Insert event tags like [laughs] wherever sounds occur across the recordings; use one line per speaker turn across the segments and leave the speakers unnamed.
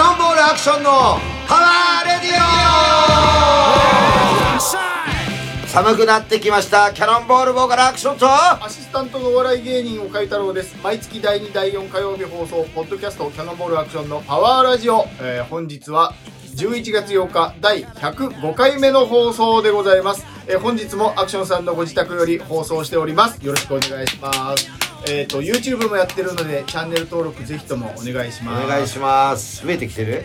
ションのパワーレディオ寒くなってきましたキャノンボールボーカルアクションと
アシスタントのお笑い芸人岡井太郎です毎月第2第4火曜日放送ポッドキャストキャノンボールアクションのパワーラジオ、えー本日は11月8日第105回目の放送でございます、えー本日もアクションさんのご自宅より放送しておりますよろしくお願いしますえっ、と YouTube もやってるのでチャンネル登録ぜひともお願いし
お
ます
願いします増えてきてる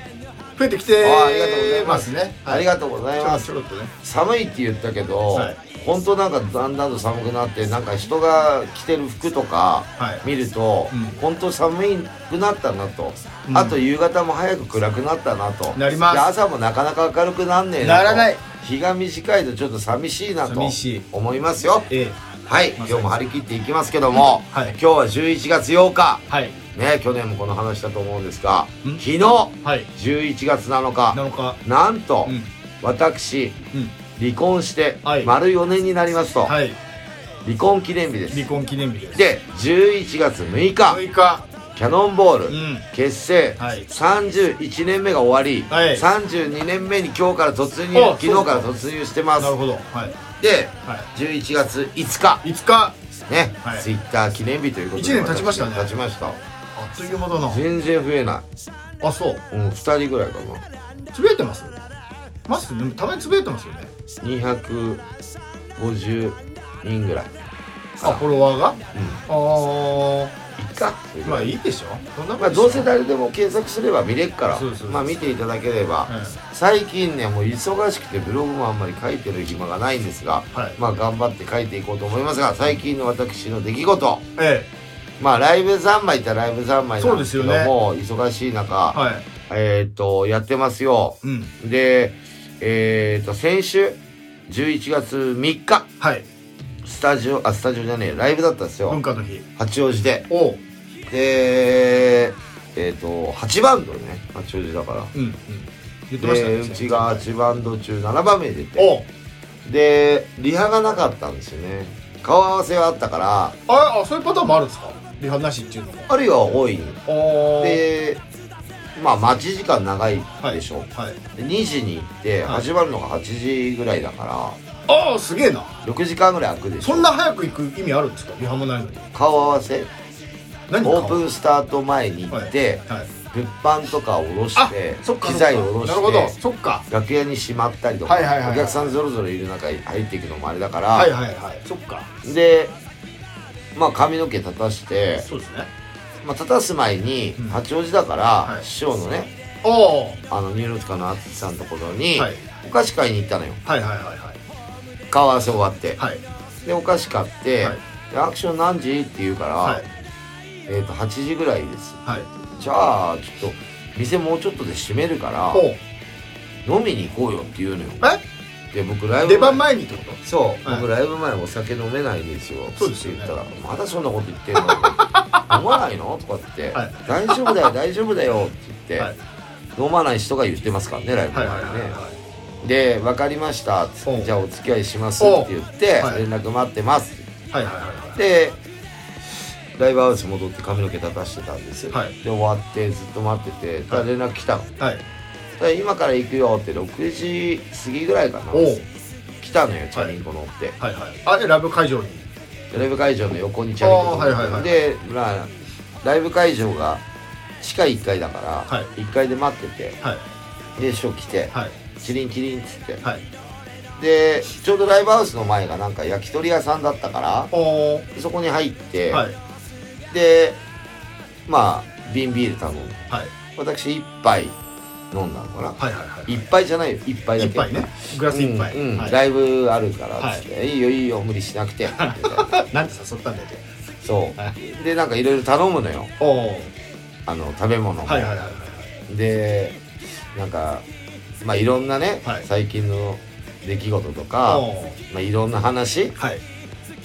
増えてきて
あありがとうございま
ますすね
ありがとうございます
ちょろっとね
寒いって言ったけど、
はい
本当なんかだんだんと寒くなってなんか人が着てる服とか
はい
見ると、
うん
本当寒くなったなと、
うん
あと夕方も早く暗くなったなと
なります
で朝もなかなか明るくなんねえなと
ならない
日が短いとちょっと寂しいなと
寂しい
思いますよ
ええ
はい今
まさに
日も張り切っていきますけども、
はい
今日は11月8日
はい
ね去年もこの話したと思うんですが
ん
昨日
はい
11月7日
なのか
なんと、
うん
私
うん
離婚して
はい
丸4年になりますと、
はい
離婚記念日です
離婚記念日です
で11月6日
6日
キャノンボール、
うん
結成
はい
31年目が終わり、
はい
32年目に今日から突入
あ
昨日から突入してます
なるほどはい
で
は
11月5日
い5日
ね、
はい
ツイッター記念日ということで
一年経ちましたね
経ちました
あっという間だな
全然増えな
あそう
い、うん、2人ぐらいかな
つぶやいてますますでもたまにつぶやいてますよね
250人ぐらい
あフォロワーがあ
いっか
あまあいいでしょそんなもん
まあ、
でしょ
どうせ誰でも検索すれば見れっから
そうそう
まあ見ていただければ、
はい
最近ねもう忙しくてブログもあんまり書いてる暇がないんですが、
はい
まあ頑張って書いていこうと思いますが最近の私の出来事
え
まあライブ三昧ったらライブ三昧なんですけど
そうです
も、忙しい中、
えはい
えーっとやってますよ
うん
でえーっと先週11月3日
はい
スタジオあスタジオじゃねえライブだったんですよ、
文化の日
八王子で
おう
でえーっと8バンドね八王子だから
うんうん言ってましたね
でうちが8バンド中7番目に出て
おう
でリハがなかったんですよね顔合わせはあったから
ああそういうパターンもあるんですかリハなしっていうのも
あるいは多い
ああ
でまあ待ち時間長いでしょ、
はい
で2時に行って
はい
始まるのが8時ぐらいだから
ああすげえな
6時間ぐらい空くでしょ
そんな早く行く意味あるんですかリハもないのに
顔合わせ
何
オープ
ン
ンスタート前に行って、
はい
物販とかを下ろして
あそっか
機材を下ろ
なるほど
して
そっか
楽屋にしまったりとか、
はいはいはいはい
お客さんぞろぞろいる中に入っていくのもあれだから、
はいはいはいそっか
でまあ髪の毛立たして、
そうですね
まあ、立たす前に
うん
八王子だから、
はい
師匠のね
おおはい
あのニューロティカの淳さんのところに、
はい
お菓子買いに行ったのよ
はいはいはい
顔合わせ終わって、
はい
でお菓子買って、
はい
でアクション何時って言うから、
はい
えっ、と8時ぐらいです
はい
じゃあちょっと店もうちょっとで閉めるから
おう
飲みに行こうよって言うのよ
え
で僕ライブ前
出番前にってこと
そう、
はい
僕ライブ前お酒飲めないんですよ
そうですよね
って言ったら「まだそんなこと言ってんの? 」 [laughs] 飲まないの?」とかって、
はい
大丈夫だよ大丈夫だよ」って言って、
はい
飲まない人が言ってますからねライブ
は
前
い
ね、
はいはいはい
で「分かりました」つって
おう
じゃあお付き合いします」って言って
おうはい
連絡待ってます」
はいはいは
でライブハウス戻って髪の毛立たしてたんですよ、
はい
で終わってずっと待っててただ連絡来たの、
いはい
で今から行くよって6時過ぎぐらいかな
おう
来たのよチャリンコ乗って、
はいはいあでライブ会場に
ライブ会場の横にチャリンコ
あーはいはいはい
で、まあ、ライブ会場が地下1階だから、
はい
1階で待ってて
はい
で師匠来て、
はい
チリンチリンっつって、
はい
でちょうどライブハウスの前がなんか焼き鳥屋さんだったから
おお
そこに入って、
はい
でまあ瓶ビール頼む
はい
私1杯飲んだのかな、
はいはいはい
一1杯じゃないよ1杯だけ
一杯ねグラス一杯
うんうん
はい
ライブあるからっつって、い、いよいいよ無理しなくて」って言って
なんて誘ったんだっけ
そう、
は
でなんかいろいろ頼むのよ
おお
あの食べ物も、
はいはいはいはい
でなんかまあいろんなね、
はい
最近の出来事と
お
か、
お
まあ、いろんな話
はい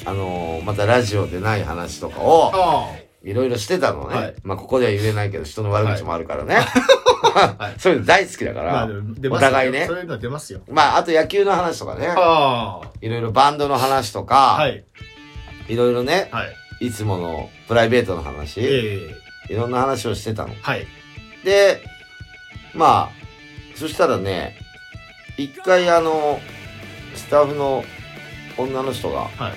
あのーまたラジオでない話とかを
あ
いろいろしてたのね、
はい
まあここでは言えないけど人の悪口もあるからね、
はい
[laughs] そういうの大好きだか
あ
ら、
まあでも出ま
お
すよ
互いね
そういうのは出ますよ
まああと野球の話とかね
あ
いろいろバンドの話とか、、
あはいい
ろいろね
はい
いつものプライベートの話、
ええ
いろんな話をしてたの
はい
でまあそしたらね、一回あの、スタッフの女の人が、
はい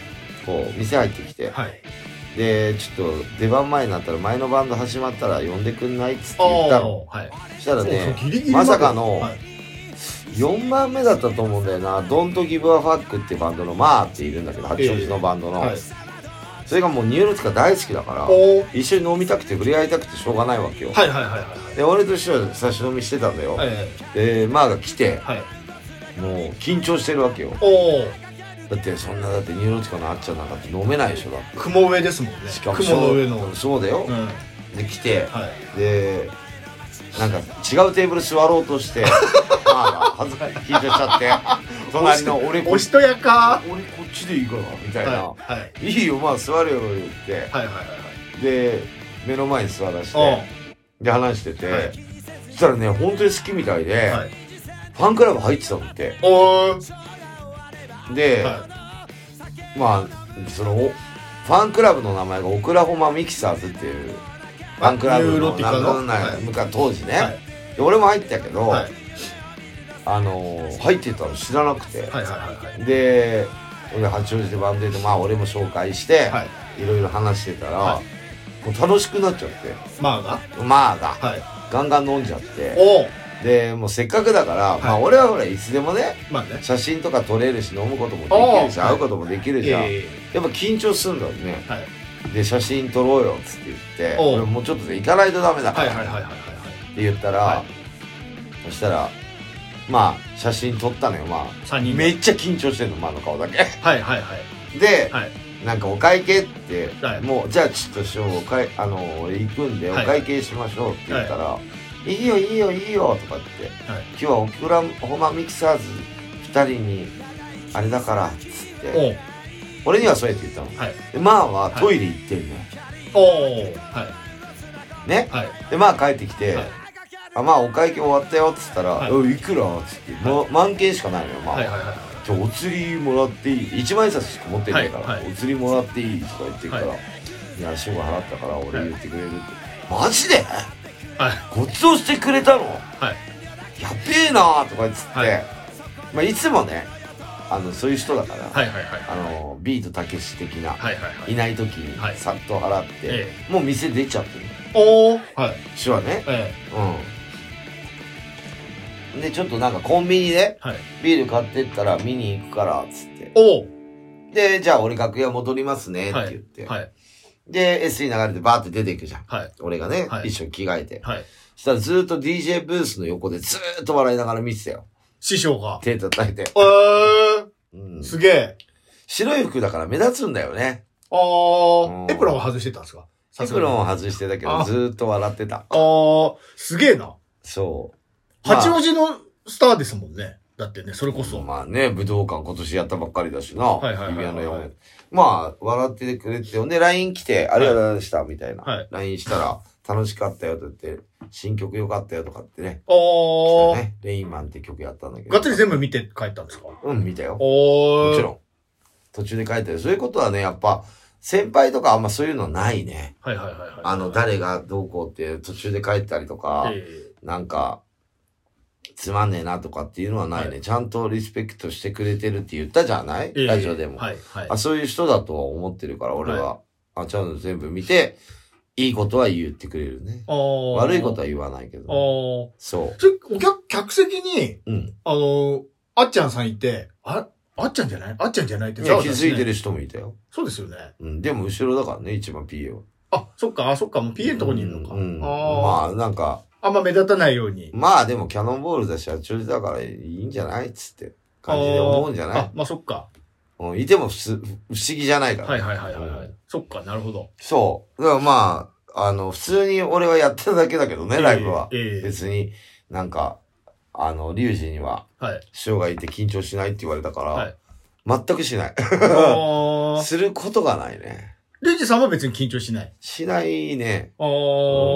こう、店入ってきて、
はい。
で、ちょっと出番前になったら、前のバンド始まったら呼んでくんないっつって
あ
言ったの。
あ、はい。
そしたら
そう
ね
そうギリギリ
ま
で
さかの
はい
4番目だったと思うんだよな「ドントギブアファックっていうバンドの「まあ」っているんだけど八王子のバンドの、
はい
それがもうニューロティカ大好きだから
おー
一緒に飲みたくて触れ合いたくてしょうがないわけよ、
はいはいはい
で俺と一緒に差し飲みしてたんだよ、
はいはい。
でまあが来て
はい。はい。
もう緊張してるわけよ
おお。
だってそんなだってニューロティカのあっちゃんなんかって飲めないでしょだって
雲上ですもんね。
しか
雲
も
の上の。うん。
そうだよ、
はい。
で来てでなんか違うテーブル座ろうと
[laughs]
してまあまあ恥ずかしい緊張しちゃって隣の俺こ
おしとやか。
俺こっちでいいからみた
はいい。
な
はい。はい
「いいよまあ座れよ」言って
はいはいはい。
で目の前に座らし
お
てで話してて、
はい
そしたらね本当に好きみたいで、
ーはい。
ファンクラブ入ってたのって
おー
で、
は
まあそのおファンクラブの名前がオクラホマミキサーズっていうファンクラブ
ニュー
の
ロティカの
ななな
はい
昔当時
い。
ね、
はい。
で俺も入ってたけど、
はい。
あの入ってたの知らなくて、
はいはいはいはい。
で俺八王子でバンドでまあ俺も紹介して、
はい。
いろいろ話してたら、
は
もう楽しくなっちゃって
まあが。
まあが
はい。
ガンガン飲んじゃって
おお。
でもうせっかくだから、
い
まあ俺はほらいつでもね
まあね。
写真とか撮れるし飲むこともできるし
おー
会うこともできるじゃん、
え
やっぱ緊張するんだよね
ーはい。
で写真撮ろうよっつって言って
おう
俺もうちょっとで行かないとダメだか
はい
ら
はいは
っ
いはいはい。
て言ったら、
は
そしたらまあ写真撮ったのよまあ
三人
め
目。
っちゃ緊張してんのまあの顔だけ [laughs]
はいはいはい。
で、
はい
なんかお会計って、
はい
もうじゃあちょっとしようお会あの俺行くんでお
はい
会計しましょうって言ったら、い、いよいいよいいよとかって、
はい
今日はオクラホマミキサーズ2人にあれだからっつって
おー
俺にはそうやって言ったの、
はい
でまあは
はい
トイレ行ってるの、
おーは
ね
いはい
でまあ帰ってきて、
はい
あまあお会計終わったよっつったら「
はい
うんい、くら?」っつって、ま万件しかないのよまあ、
はいはいはいはい。
じゃあお釣りもらっていい一万円札しか持ってないから、
はいはい
お釣りもらっていいとか言ってるから、、
はい
や足が払ったから俺
はい
言ってくれるって、マジで
はい
ごちそうしてくれたの
はい
やべえなとか言っつって、
はいい
まあ、いつもねあのそういう人だから、
はいはいはい
あのビートたけし的な、、
はいはいはいい。
ない時に
はい
さっと払って、
え
もう店出ちゃってる
おおはい
手話ね
え
うんでちょっとなんかコンビニで
えはい
ビール買ってったら見に行くからっつって
おお
で、じゃあ俺楽屋戻りますねって
は
言っ
い
て。
はい
で、S に流れてバーって出ていくじゃん。
はい
俺がね、
はい
一緒に着替えて。
はい。
そしたらずーっと DJ ブースの横でずーっと笑いながら見てたよ。
師匠が。
手叩いて。
え
うん
え、すげえ。
白い服だから目立つんだよね。
あ
う
あ
ん
エプロンを外してたんですか
エプロン
あ
を外してたけど、
あ
ずーっと笑ってた。
あー、すげえな。
そう。
八王
子
子のスターですもんね。だってね、それこそ。
まあね、武道館今年やったばっかりだしな。
いはいはいはい
指輪の4まあ、笑ってくれて、ほんで LINE 来て、ありがとうございました、みたいな。
はい
LINE したら、楽しかったよと言って、新曲良かったよとかってね。
おお、
ね、レインマンって曲やったんだけど。
がっつり全部見て帰ったんですか
うん、見たよ。も
おお
ちろん。途中で書いてる。そういうことはね、やっぱ、先輩とかあんまそういうのないね。
はいはいはいはい。
あの、誰がどうこうって途中で書いたりとか、
え
なんか、つまんねえなとかっていうのはないね。ちゃんとリスペクトしてくれてるって言ったじゃない、
えええ
ラジオでも、
はいはい。
あ。そういう人だとは思ってるから、俺は。あ、ちゃんと全部見て、いいことは言ってくれるね。悪
悪
いこと
は。
は言わないけど。
ああ。
そ
それ、お客、客席に、
う。うん。
あのー、あっちゃんさんいて、あ、あっちゃんじゃないあっちゃんじゃないって
いや
ざわ
気
ざわし
づ
ない
てる人もいたよ。
そうですよね。
うん、でも後ろだからね、一番 PA は。
あ、そっか、あ、そっか、もう PA のとこにいるのか。
うんうん
あ
まあなんか、
あ、あんま目立たないように。
まあでもキャノンボールだし、八丁子だからいいんじゃないっつって感じで思うんじゃな
あ
い、、
まあそっか。
うん、いても不思不思議じゃないから。
はいはいはいはいは
う
い。そっか、なるほど。
そう。だからまあ、あの、普通に俺はやってただけだけどね、ライブは。
えええ
別になんか、あの、リュウジには、
えはい。
師匠がいて緊張しないって言われたから、 [laughs]
はい。
全くしない。
あ
[laughs]
あ。
することがないね。
レイジさんは別に緊張しない。
しないね。
ああ。
う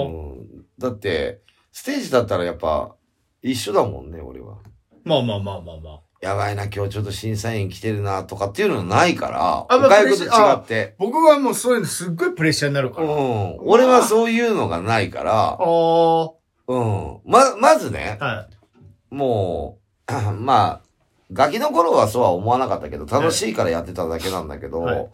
んだって、ステージだったらやっぱ一緒だもんね、俺は。
まあまあまあまあまあ。
やばいな、今日ちょっと審査員来てるな、とかっていうのないから、
あまあ
外国と違って。
僕はもうそういうのすっごいプレッシャーになるか
う
ら。あ
ん。俺はそういうのがないから、
あ。は
うん。ま、まずね
い。、は
もう、 [clears throat] まあ、ガキの頃はそうは思わなかったけど、楽しいからやってただけなんだけど、
はい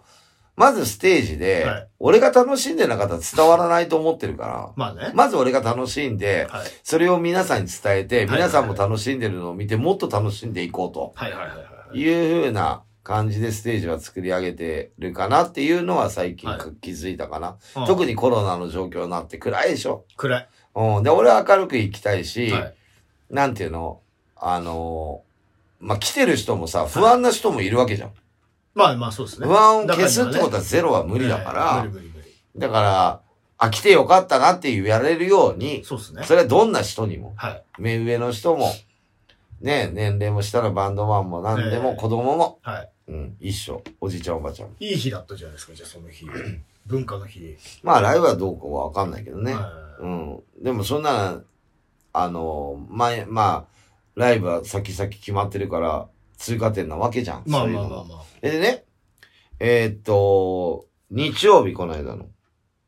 まずステージで、
はい
俺が楽しんでなかったら伝わらないと思ってるか
まあね
ら、。まず俺が楽しんで、
はい。
それを皆さんに伝えて、
はい
皆さんも楽しんでるのを見て、もっと楽しんでいこうと
はいはいはいはい。
いうふうな感じでステージは作り上げてるかなっていうのは最近
はい
気づいたかな。
うん
特にコロナの状況になって暗いでしょ。
暗い。
うん、で、俺は明るく行きたいし、
はい。
なんていうのあのーまあ、来てる人もさ、不安な人もいるわけじゃん。
まあまあそうですね。
不安を消すってことはゼロは無理だから、
ええ無理無理無
だから、あ、来てよかったなって言われるよう
理。
に、
そうですね。
それはどんな人にも、
はい。
目上の人も、ね、年齢も下のバンドマンも何で
え
も
え
子供も、
は
うん、一緒、おじいちゃんおばあちゃんも。
い。いい日だったじゃないですか、じゃあその日。文化の日。
まあ、ライブはどうこうはわかんないけどね。
は
うん。でもそんな、あの、前、まあ、ライブは先々決まってるから、通過点なわけじゃん。
い。まあ
そういう
まあ
の
まあまあ。
でね、えーっと、日曜日この間の、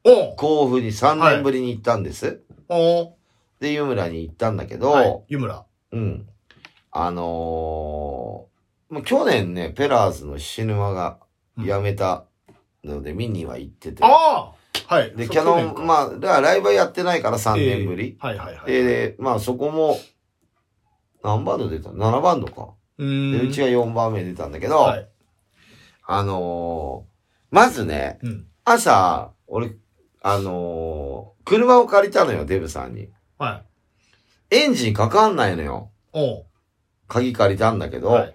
おう
甲府に3年ぶりに行ったんです。
おう
で、湯村に行ったんだけど、
はい湯村。
うん。あのー、もう去年ね、ペラーズの菱沼が
うん
辞めたので、見には行ってて。
ああはい。
で、
そう
キャノ
去
ン、
年か
まあ、だからライブはやってないから3年ぶり。
ええはいはいはい。
でで、まあそこも、何バンド出た ?7 バンドか。
う
で、
ーん
うちが4番目出たんだけど、
はい。
あのー、まずね、
うん。
朝、俺、あのー車を借りたのよ、デブさんに。
はい。
エンジンかかんないのよ。
おう
鍵借りたんだけど、
はい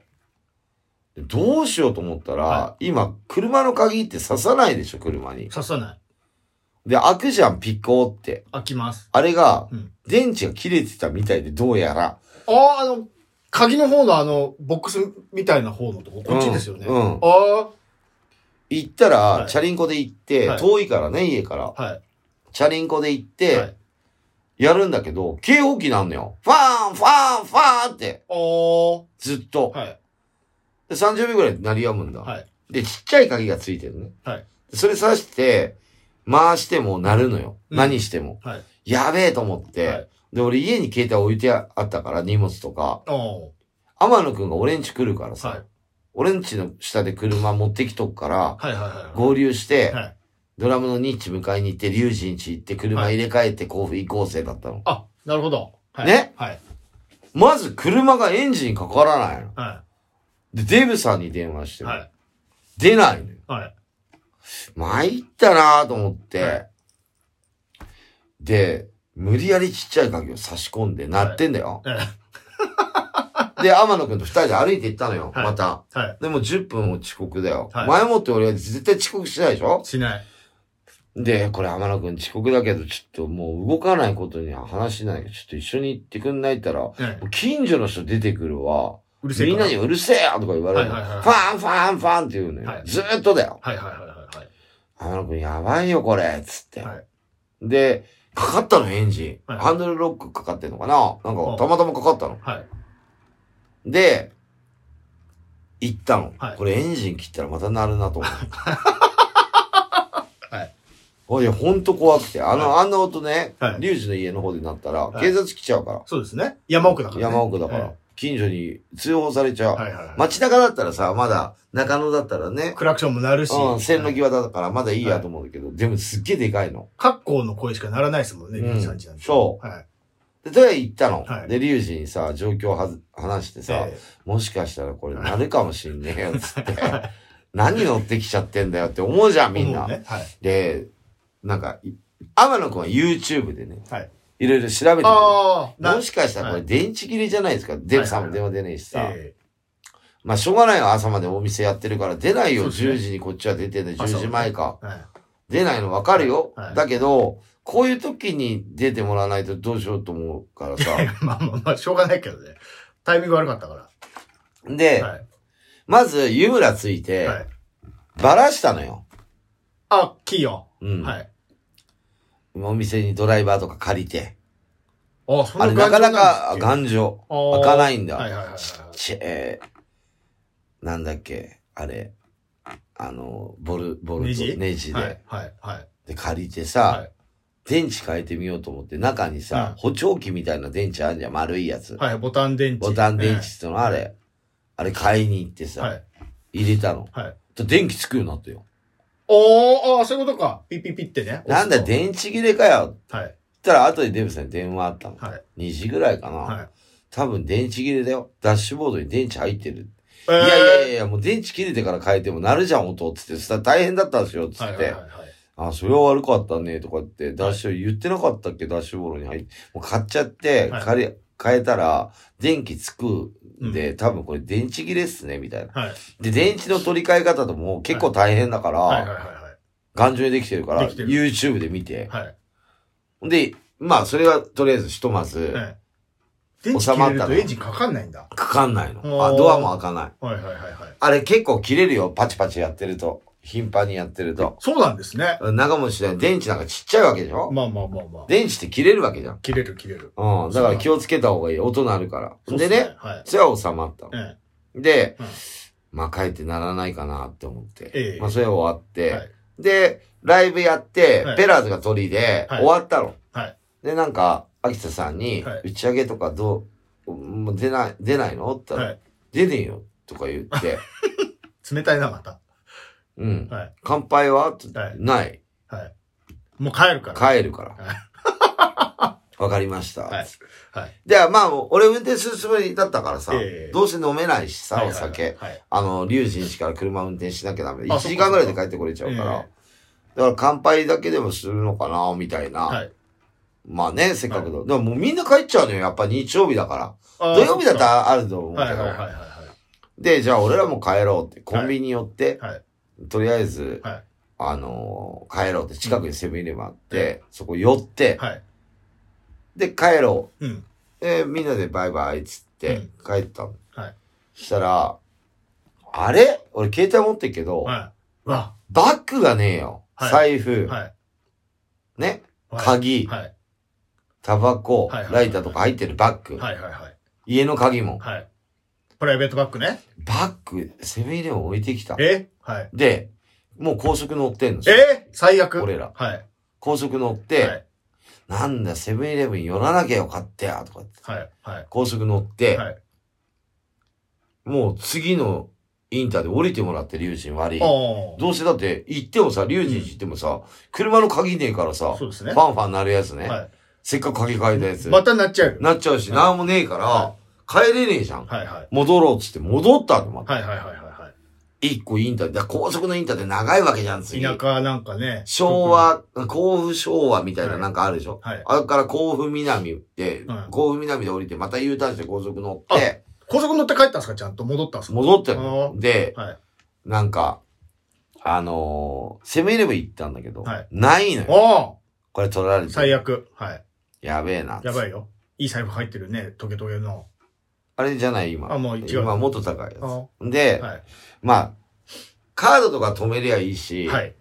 どうしようと思ったら、
は
今、車の鍵って刺さないでしょ、車に。
刺さない。
で、開くじゃん、ピコーって。
開きます。
あれが、
うん
電池が切れてたみたいで、どうやら。
ああ、あの、鍵の方のあの、ボックスみたいな方のとこ、こっちですよね。
うんうん
あ
行ったら、
はい
チャリンコで行って、
はい
遠いからね、家から。
あ、はい。
チャリンコで行って、
はい
やるんだけど、警報器なんのよ。ファーン、ファーン、ファーンって、
お
ずっと。
ー。はい。
で、30秒ぐらいで鳴り止むんだ。
はい。
で、ちっちゃい鍵がついてるね。
はい
それ刺して、回しても鳴るのよ。
うん
何しても。
はい。
やべえと思って、
はい
で、俺家に携帯置いてあったから、荷物とか。
お
天野くんが俺ん家来るから
ー。
さ、
はい。
俺ん家の下で車持ってきとくから、
はいはいはい
合流して、
はい。はい。
ドラムのニッチ迎えに行って、リュウジンチ行って、車
はい
入れ替えて甲府行こうぜだったの。
あ、なるほど。はい。
ね
はい。
まず車がエンジンかからないの。
は
で、デブさんに電話し
い。
ても、
はい。
出ないのよ。
はい。
参ったなぁと思って、
はい
で、無理やりちっちゃい鍵を差し込んで鳴ってんだよ。
え
で、天野くんと二人で歩いて行ったのよ、
はい
また。
えはい。
でも10分も遅刻だよ。
はい
前もって俺は絶対遅刻しないでしょ
しない。
で、これ天野くん遅刻だけど、ちょっともう動かないことには話しないけど、ちょっと一緒に行ってくんないったら、も
ええ
う近所の人出てくるわ。
うるせえ
みん
から
なにうるせえよとか言われるの。
はいはいはい
ファンファンファンって言うのよ。
はい
ずーっとだよ。
はいはいはいはいはい。
天野くんやばいよこれ、つって。
はい
で、かかったのエンジン。
はい
ハンドルロックかかってんのかななん
う
か
ん
たまたまかかったの。
はい。
で、行ったの。
はい
これエンジン切ったらまた鳴るなと思う。
[laughs] はい
い。いや、ほんと怖くて。あの、あんな音ね
は、い
リュウジの家の方でなったら、
はい
警察来ちゃうか。
そうですね。山奥だからら、ね。
山奥だから。近所に通報されちゃ
は
う。
いはいはい。
街中だったらさ、まだ、中野だったらね、
クラクションも鳴るし。
うん、線路際だからまだいいやと思うんだけど、でもすっげえでかいの。
格好の声しかならないですもんね、
うん
リュウジさんちなんて。。
そう
はい。
で、とりあえず行ったの。
はい
で、リュウジにさ、状況をはず話してさ、
え
もしかしたらこれなるかもしんねえよ、つって。何乗ってきちゃってんだよって思うじゃん、
え
みんな。
思うね。はい。
で、なんか、い天野くんは YouTube でね、
はい。
いろいろ調べて
ああ、
みる。も
し
しかしたらこれ電池切れじゃないですか。デブさんも電話出ねえしさ。
え
まあ、しょうがないよ、朝までお店やってるから。出ないよ、
そうですね
10時にこっちは出てんだ、
朝
10時前か。
えはい。 [laughs]
出ないのわかるよ
は。い
だけど、こういう時に出てもらわないとどうしようと思うから
[laughs]
さ。
まあまあまあ、しょうがないけどね。タイミング悪かったか
で
ら。、はい。
まず、湯村ついて
は、い。
ばらしたのよ。
あ、キーよ。
うん。
はい。
お店にドライバーとか借りて。
あ、そん
あれなかなか頑丈。開かないんだ。
はいはいはいはい。
ちえーなんだっけ、あれ。あの、ボル、ボルト、
ネジ
ネジで。
はいはいはい。
で、借りてさ、
はい
電池変えてみようと思って、中に
う
さ
ん、
補聴器みたいな電池あるじゃん、丸いやつ。
はい、ボタン電池。
ボタン電池ってのあれ、あれ買いに行って
ええ。は
さ、
い。
入れたの。
はい。
と電気つくようになったよ。
おー、あーそういうことか。ピッピッピってね。
なんだ、
押すと
電池切れかよ。
はい。
ったら、後でデブさんに電話あったの。
はい。
2時ぐらいかな。
はい。
多分電池切れだよ。ダッシュボードに電池入ってる。
え
い
ー
やいやいやいや、もう電池切れてから変えてもなるじゃん、音。つって、さ大変だったんですよ、つって。
はいはいはいはい。
あ、それは悪かったね、とかって、ダッシュ、言ってなかったっけ、ダッシュボードに入って。もう買っちゃって、
はい
借り変えたら、電気つくんで、多分これ電池切れっすね、みたいな。
はい。
で、電池の取り替え方とも結構大変だから、
はいはいはい
頑丈にできてるから、
できてる
YouTube で見て。
はい。はい。
で、まあ、それはとりあえずひとまず、
はい。電池切れるとエンジンかかんないんだ。
かかんないの。あ、
おー
ドアも開かない。
はいはいはいはい。
あれ結構切れるよ、パチパチやってると。頻繁にやってると。
そうなんですね。
長持ちしない。電池なんかちっちゃいわけでしょ
まあまあまあまあ。
電池って切れるわけじゃん。
切れる切れる。
うん。だから気をつけた方がいい。音鳴るから。でね、
はい。
それは収まったの。
え
で
うん、
まあ帰ってならないかなって思って。
ええ
まあそれ終わっ
え
て、
はい。
で、ライブやって、
はい
ペラーズが鳥で、
はい
終わったの。
はい
で、なんか、秋田さんに、
はい
打ち上げとかどう、もう出ない、出ないのって言ったら、
はい。
出ねえよ、とか言
[laughs]
って、
冷たいな、また。
うん。
はい。
乾杯はって
はい
ない。
はい。もう帰るから。
帰るから。
[laughs]
わかりました。
はい。はい。
で、まあ、俺運転するつもりだったからさ、
ええ
どうせ飲めないし
は
さ、
い
お酒。。
はい。
あの、龍神市から車運転しなきゃダメで、
あ
1時間ぐらいで帰ってこれちゃうから、
え
だから乾杯だけでもするのかな、みたいな。
はい
まあね、せっかくの。でももうみんな帰っちゃうのよ、やっぱ日曜日だから。
あー
土曜日だったらあると思うけど。
はいはいはいはいは
で、じゃあ俺らも帰ろうって、コンビニ寄って、
はいは
とりあえず、
はい
あのー帰ろうって、近くにセブンイレブンあって、そこ寄って
い。、はい。
で、帰ろ
うん。
う。で、みんなでバイバイっつって
うん、
帰ったの。
はい
したら、あれ俺携帯持ってるけど、
はい。わ。
バッグがねえよ。
はい
財布、
はい。
ね、
はい
鍵、
はい。
タバコ、
はいはい
ライターとか入ってるバッグ、
はいはいはい。
家の鍵も。
はい。プライベートバッグね。
バッグ、セブンイレブン置いてきた。
えはい。
で、もう高速乗ってんのよ。
え最悪。
俺ら。
はい。
高速乗っ
は
て、
い。
なんだ、セブンイレブン寄らなきゃよかったや、とかって。
はい。はい。
高速乗って、
はい
もう次のインターで降りてもらって、龍神悪い。
おー
どうせだって、行ってもさ、龍神寺行ってもさ、車の鍵ねえからさ、フ
そうですね。
ァンファンなるやつね。
は
せっかく鍵変えたや
い。
つ。
またなっちゃうよ。
なっちゃうし、なんもねえから
は、
帰れねえじゃん。
はいはい。
戻ろうっつって戻ったの、また。
はいはいはいは
一個インター、だから高速のインターって長いわけじゃん、
い
次。
はい。田舎なんかね。
昭。和、甲府昭和みたいな
はい
なんかあるでしょ、
はい。
あれから甲府南で、
うん
甲府南で降りて、また U ターンして高速乗って、
高速乗って帰ったんですかちゃんと戻ったんですか
戻ったの
あ。ー
で、
はい。
なんか、あのー、セブンイレブン行ったんだけど、
はい
ないのよ。
おー
これ取られて。
最悪。はい。
やべえな。
やばいよ。いい財布入ってるね。トゲトゲの。
あれじゃない、今。
あもう違う
今、もっと高い
あ
や
は
つ。で、
い。は
まあ、カードとか止めりゃいいし、
い。はい。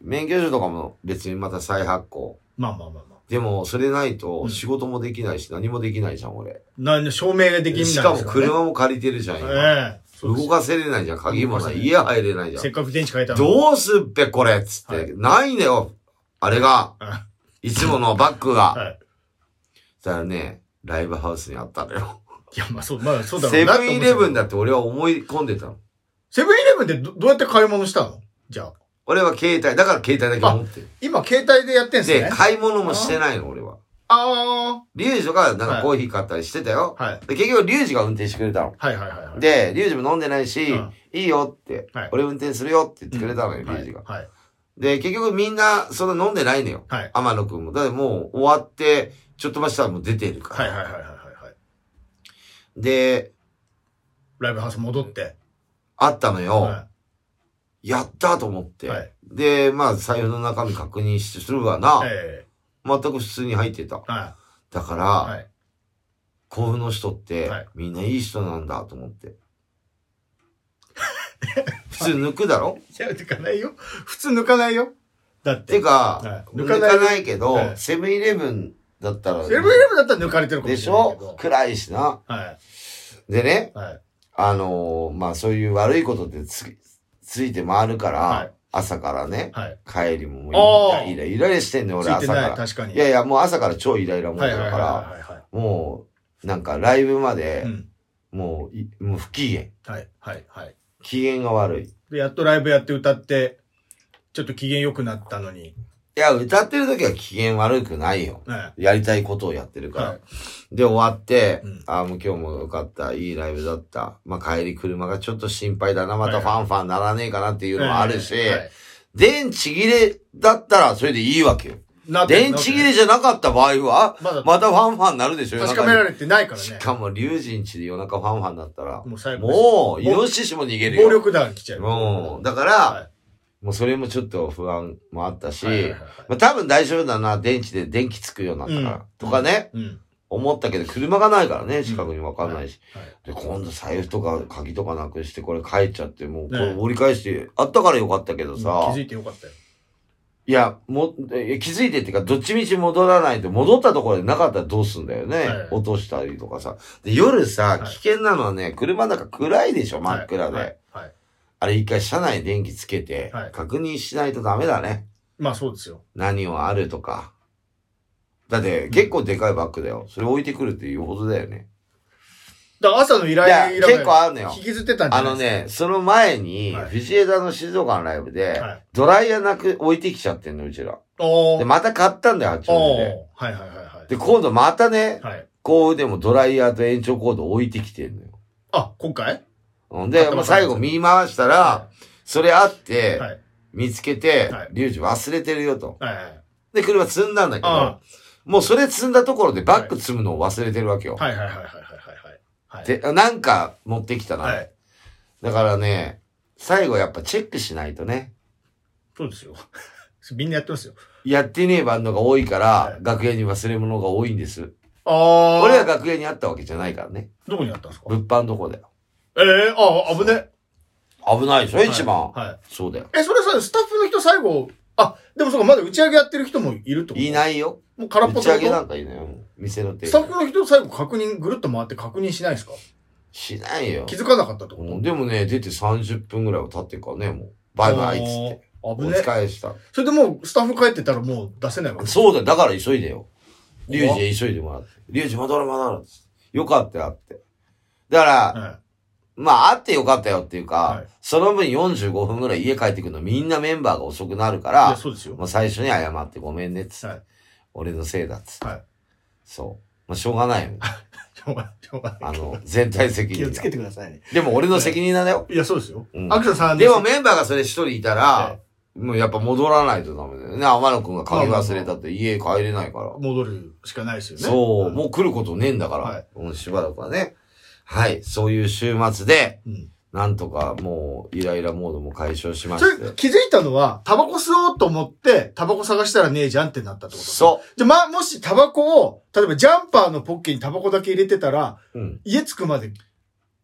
免許証とかも別にまた再発行。
まあまあまあまあ。
でも、それないと
うん
仕事もできないし、何もできないじゃん、俺。
なんで証明ができんないです
し
ら
か
ね
も車も借りてるじゃん、今。
ええそうです
動かせれないじゃん、鍵もな
動かせ
い。
ない
家入れないじゃ
せっ
ん。
かく電池変えたのに。
どうすっぺ、これっつっ
は
て。ないんだよ、あれが。
はい
つものバッグが。
はい。
だからね、ライブハウスにあったのよ。
いや、まあそう、まあそうだろう
セ
な
ブンイレブン
だ。
だって俺は思い込んでたの。
セブンイレブンでどどうやって買い物したのじゃあ。
俺は携帯、だから携帯だけ持ってる。
今、携帯でやってんす
で
ね、。
買い物もしてないの、俺は。
あ
リュウジとか、なん
は
か
い
コーヒー買ったりしてたよ。
あ。はい。
で、結局、リュウジが運転してくれたの。
はいはいはいはい。
で、リュウジも飲んでないし、
うん
いいよって、
はい
俺運転するよって言ってくれたのよ、
うん
リュウジが。
はい。
で、結局みんな、そんな飲んでないのよ。
はい。
天野くんも。だってもう終わって、ちょっとましたらもう出てるから。
はいはいはいはいはいはい。
で、
ライブハウス戻って。
あったのよ。
は
やったと思っ
い。
て。
はい。
で、まあ、財布の中身確認してするわな。
え
全く普通に入ってた。
えは
だから、
い。はい。
甲府の人って、
はい
みんないい人なんだと思
[laughs]
って。普通抜くだろ
いや、抜かないよ。普通抜かないよ。だってて。
か、
はい
抜
抜
か
か
な
ないい
けど、
はい
セブンイレブンだったら、
セブンイレブンだったら抜かれてるかも
で
し
し
れないけ
ょ
ど。
暗いしな。
はい。
でね、
はい。
あのーまあそういう悪いことってつ、ついて回るから、
はい
朝からね、
はい。
帰りももう
あー
イライライライラしてんねん、
つ
俺
いて
朝か
ない、
ら。
確かに。
いやいや、もう朝から超イライラもん
はい
だ
はいはい
か
は
ら、
いは
もう、なんかライブま
い。
で
う、ん。
もうい、もう不機嫌。
はいはいはい。
機嫌が悪い。
で、やっとライブやって歌って、ちょっと機嫌良くなったのに。
いや、歌ってる時は機嫌悪くないよ。
は
やりたいことをやってる
い。
から。
は
で、終わって、
うん
ああ、もう今日もよかった。いいライブだった。まあ、帰り車がちょっと心配だな。またファンファンならねえかなってい
いう
のもあるし、
はい
電池切れだったらそれでいいわけよ。
なって
電池切れじゃなかった場合は、
まだ
またファンファンなるでしょ
確かめら
る。
れてないから
し
ね。
かも、龍神地で夜中ファンファンだったら、
もう最後
もう、イノシシも逃げるよ。
暴力団来ちゃう。
うん。だから、
は
もうそれもちょっと不安もあった
い
し、
はいはいはい
まあ多分大丈夫だな、電池で電気つくようになったから、
うん
とかね、
うん。
思ったけど、車がないからね、近くにわかんないし、
は
で、
い
今度財布とか鍵とかなくして、これ帰っちゃって、もうこ
ね
れ折り返して、あったからよかったけど
気
さ、
づいてよかったよ。
いや、も、え気づいてっていうか、どっちみち戻らないと、戻ったところでなかったらどうすんだよね。
はい
落としたりとかさ。で、夜さ、
はい
危険なのはね、車の中暗いでしょ、真っ暗で。
はい。はい
あれ一回車内電気つけて
はい、
確認しないとダメだね。
まあそうですよ。
何をあるとか。だって、結構でかいバッグだよ。それ置いてくるっていうほどだよね。
だから朝の依
いや、
頼依頼
結構あるのよ。
引きずってたんじ
あ
ゃない
の
です
ね、その前に
はい、
藤枝の静岡のライブで
はい、
ドライヤーなく置いてきちゃってんの、うちら。
か。お
で、
ー。
また買ったんだよ、あっち
おー
で。。
はいはいはいはい。
で、今度またね、
はい。
こうでもドライヤーと延長コード置いてきてんのよ。
あ、今回
うんで、もう最後見回したら
は、
それあっ
い
て
は、い。
見つけて
はい、
リュウジ忘れてるよと。
はいはい。
で、車積んだんだけど
あ、
もうそれ積んだところでバッグ積むのを忘れてるわけよ。
はいはいはいはいはいはいはい。
で、なんか持ってきたな。
はい。
だからね、最後やっぱチェックしないとね。
そうですよ。 [laughs] みんなやってますよ。
やってねえバンドが多いから、
はい
楽屋に忘れ物が多いんです。
ああ。
俺は楽屋にあったわけじゃないからね。
どこにあったんですか
物販のとこだよ。
ええああ、危ね。
危ないでしょ、一番。
はいはい。
そうだよ。
え、それさ、スタッフの人最後、あ、でもそうか、まだ打ち上げやってる人もいるってこと
いないよ。
もう空っ
打
ぽっ
ち上げ
て
な
こ
んかいないよ。店の
と
店
スタッフの人最後確認、ぐるっと回って確認しないですか
しないよ
気。づかなかったってこ
う
と
んでもね、出て30分ぐらいは経ってるからね、もう。バイバイっつって。
あー
お
危ね。
疲れした。
それでもうスタッフ帰ってたらもう出せないわけ。
そうだよ、だから急いでよ。リュウジへ急いでもらって。リュウジ戻る戻るっつって。よかったよ、あって。だから、
はい
まあ、あってよかったよっていうか、
はい
その分45分ぐらい家帰ってくるのみんなメンバーが遅くなるか
いや、
ら、
そうですよ。
もう最初に謝ってごめんねっつって、
はい
俺のせいだっつって、
はい
そう。まあ、しょうがないよね。
しょうがないしょうがない
あの、全体責
気を
任
つ
だ
け。てくださいね。
でも俺の責任だよ。
いや、そうですよ
う。ん
アクションさん
でも、メンバーがそれ一人いたら、
は
もうやっぱ戻らないとダメだよね。天野くんが鍵忘れたって家帰れないから。
戻るしかないですよね。
そう、
う。
もう来ることねえんだから、
はい
もうしばらくはね。はい、そういう週末で、
うん。
なんとかもうイライラモードも解消しま
そ
して
れ、。気づいたのは、タバコ吸おうと思って、タバコ探したらねえじゃんってなったってこと
そ
じゃ、まあ、もしタバコを、例えばジャンパーのポッケにタバコだけ入れてたら、
う。うん。
家着くまで、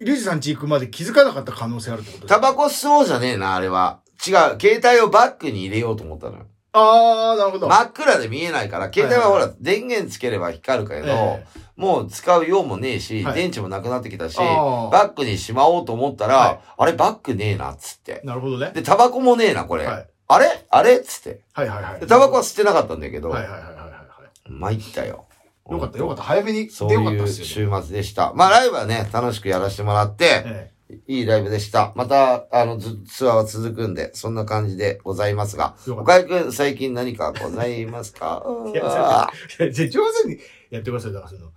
リュウジさん家行くまで気づかなかった可能性あるってこと
タバコ吸おうじゃねえな、あれは。違う。携帯をバッグに入れようと思ったのよ。
あー、なるほど。
真っ暗で見えないから、携帯は
は
ほ
いはい
ら、電源つければ光るけ
え
ど、
え
もう使う用もねえし、
はい
電池もなくなってきたし、
あー
バッグにしまおうと思ったら、
はい
あれバッグねえな、っつって。
なるほどね。
で、タバコもねえな、これ。
はい
あれあれっつって。
はいはいはい。
でタバコは吸ってなかったんだけど、
はいはいはいはいはい。
参ったよ。
よかったよかった。早めに
そ
出
う
よかっ
い
た
う
っすよね。
週末でした。まあ、ライブはね、楽しくやらせてもらって、
え
いいライブでした。また、あの、ずツアーは続くんで、そんな感じでございますが。
よかっ
岡井くん、最近何かございますか
いやえ。じゃあ上手にやってください。だからその、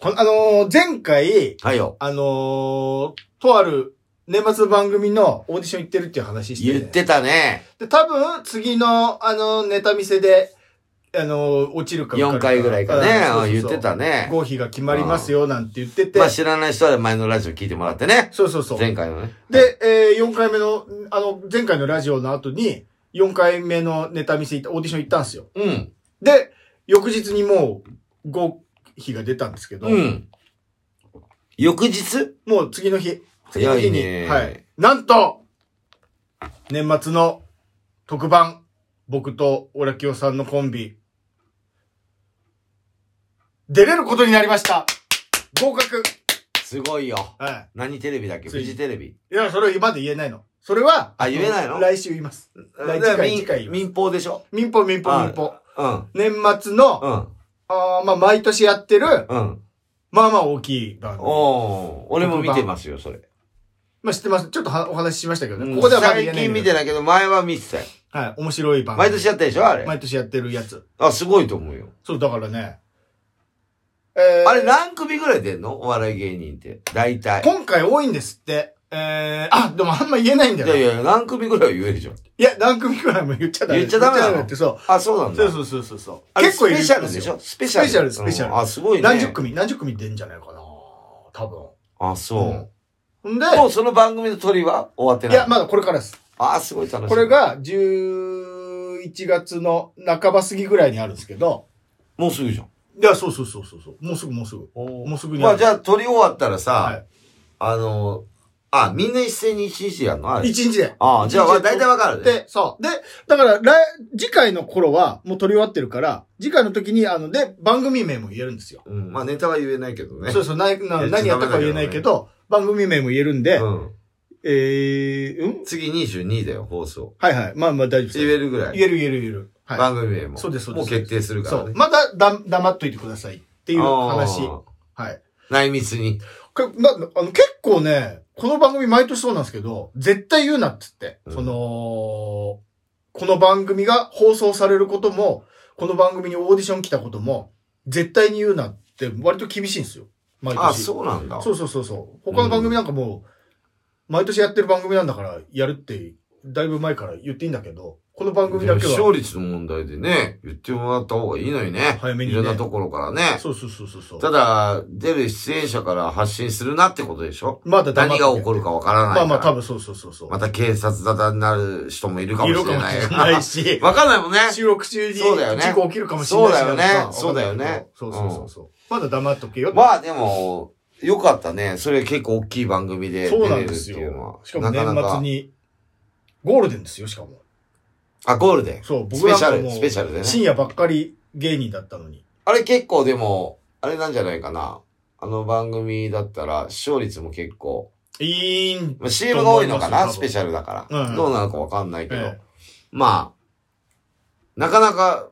このあのー前回、
はいよ。
あのーとある年末番組のオーディション行ってるっていう話して、
言ってたね。
で、多分、次の、あの、ネタ見せで、あの、落ちるか
4回ぐらいかね。うん言ってた
ね。
ね。
合否が決まりますよ、なんて言ってて
ま。あ知らない人は前のラジオ聞いてもらってね。
そうそうそう。
前回のね。
で、えー4回目の、あの、前回のラジオの後に、4回目のネタ見せ行った、オーディション行ったんですよ。
うん。
で、翌日にもう、合否が出たんですけど、
うん。翌日
もう次の日、次の
早
日
い
に、
ね。
はい。。なんと、年末の特番、僕とオラキオさんのコンビ、出れることになりました合格
すごいよ。
は
何テレビだっけ
つい
フジテレビ。
い。いや、それを今まで言えないの。それは、
あ言えないの
来週言います。来
だ
次
から
回、
民
次回言います。
民放でしょ
民放、民放、民放。
うん。
年末の、
うん。
あーまあ、毎年やってる、
うん。
まあまあ大きい番組。
おー俺も見てますよ、それ。
まあ、知ってます。ちょっとはお話ししましたけどね。ここではまだ言え
最
ない
近
んだ
見
け
て
ど。
ないけど、前は見てたよ。
はい。面白い番組。
毎年やってるでしょあれ。
毎年やってるやつ。
あ、すごいと思うよ。
そう、だからね。えー、
あれ何組ぐらい出んのお笑い芸人って。大体。
今回多いんですって。えー、あ、でもあんま言えないんだ
い
よな。
や
い
い
や、
や、何組ぐらいは言えるじゃん。
何組くらいも言っちゃダメ。
言っちゃダメなの
言ってそ
あ、そうな
う。
ん
そう
だ。
そうそうそうそう。
あれ
結構いるん
ス
で
ペシャ
すよ
ルでしょスペシャル。
スペシャルスペシャル
うんあ、すごいね。
何十組、何十組出んじゃないかな多分。
あ、そう。
うん。んで、
もうその番組の撮りは終わって
い
ない。
や、まだこれからです。
あ、すごい楽しみ。
これ、が11月の半ば過ぎぐらいにあるんですけど。
もうすぐじゃん。
いや、そうそうそうそうそう。もうすぐもうすぐ。もうすぐにや
ま
る
あ、じゃあ撮り終わったら
は
さ、あの、あ、みんな一斉に一日やんのあ
い。
れ。
一日で。
あ、じゃあ
一日
わ
で
大体わかるね。
で、そう。で、だから、来、次回の頃は、もう撮り終わってるから、次回の時に、あの、で、番組名も言えるんですよ。
うん。まあ、ネタは言えないけどね。
そうそう、な、な、
え
何やったかは言えないけど、番組名も言えるんで、
うん。
えー、うん
次22だよ、放送。
はいはい。まあまあ大丈夫です
言えるぐらい。
言える言える言える。は
番組名も。
そうですそうです
もう決定する
い。
か
そ
ら
う。
ね。
まだ、だ、黙っといてくださいっていう話。
あー
はい。
内密に。
これまあの結構ね、この番組毎年そうなんですけど、絶対言うなっつって、
うん
その、この番組が放送されることも、この番組にオーディション来たことも、絶対に言うなって割と厳しいんですよ。毎年。
あ、そうなんだ。
そうそうそうそう。他の番組なんかもう、毎年やってる番組なんだから、やるって、だいぶ前から言っていいんだけど、この番組
で
だ
も
け
視
は
聴、率の問題でね、言ってもらった方がいいのにね。
早めにね
いろんなところからね。
そうそうそうそうそう。
ただ、出る出演者から発信するなってことでしょ
まだ
何が起こる
か
かわからない
ま
か
あ
ら。
まあ多分そうそうそうそう。
また警察沙汰になる人もいるかも
い
し
る
れ
かも
ない。
しれないし。
わかんないもんね。
[laughs] 収録中に
そうだよね
事故起きるかもしれないし
そうだよね
なんか
そうだよね
そうそうそうそう。まだ黙っとけよ。
まあでも、よかったね。それ結構大きい番組で出
そうな
れる
んで
って
す
いうのは
よ。。しかも年
なか
末に、ゴールデンですよ、しかも。
あ、ゴールデン。
そう、
ス
僕
ペ
ら
シャ
も
ル、
も
ス
う
ペシャルでね。
深夜ばっかり芸人だったのに。
あれ結構でも、あれなんじゃないかな。あの番組だったら視聴率も結構。
いいん、
まあ CM が多いのか
と思いま
な
す
スペシャルだから、
うん
どうなるかわかんないけど。
ええ
まあ、なかなか、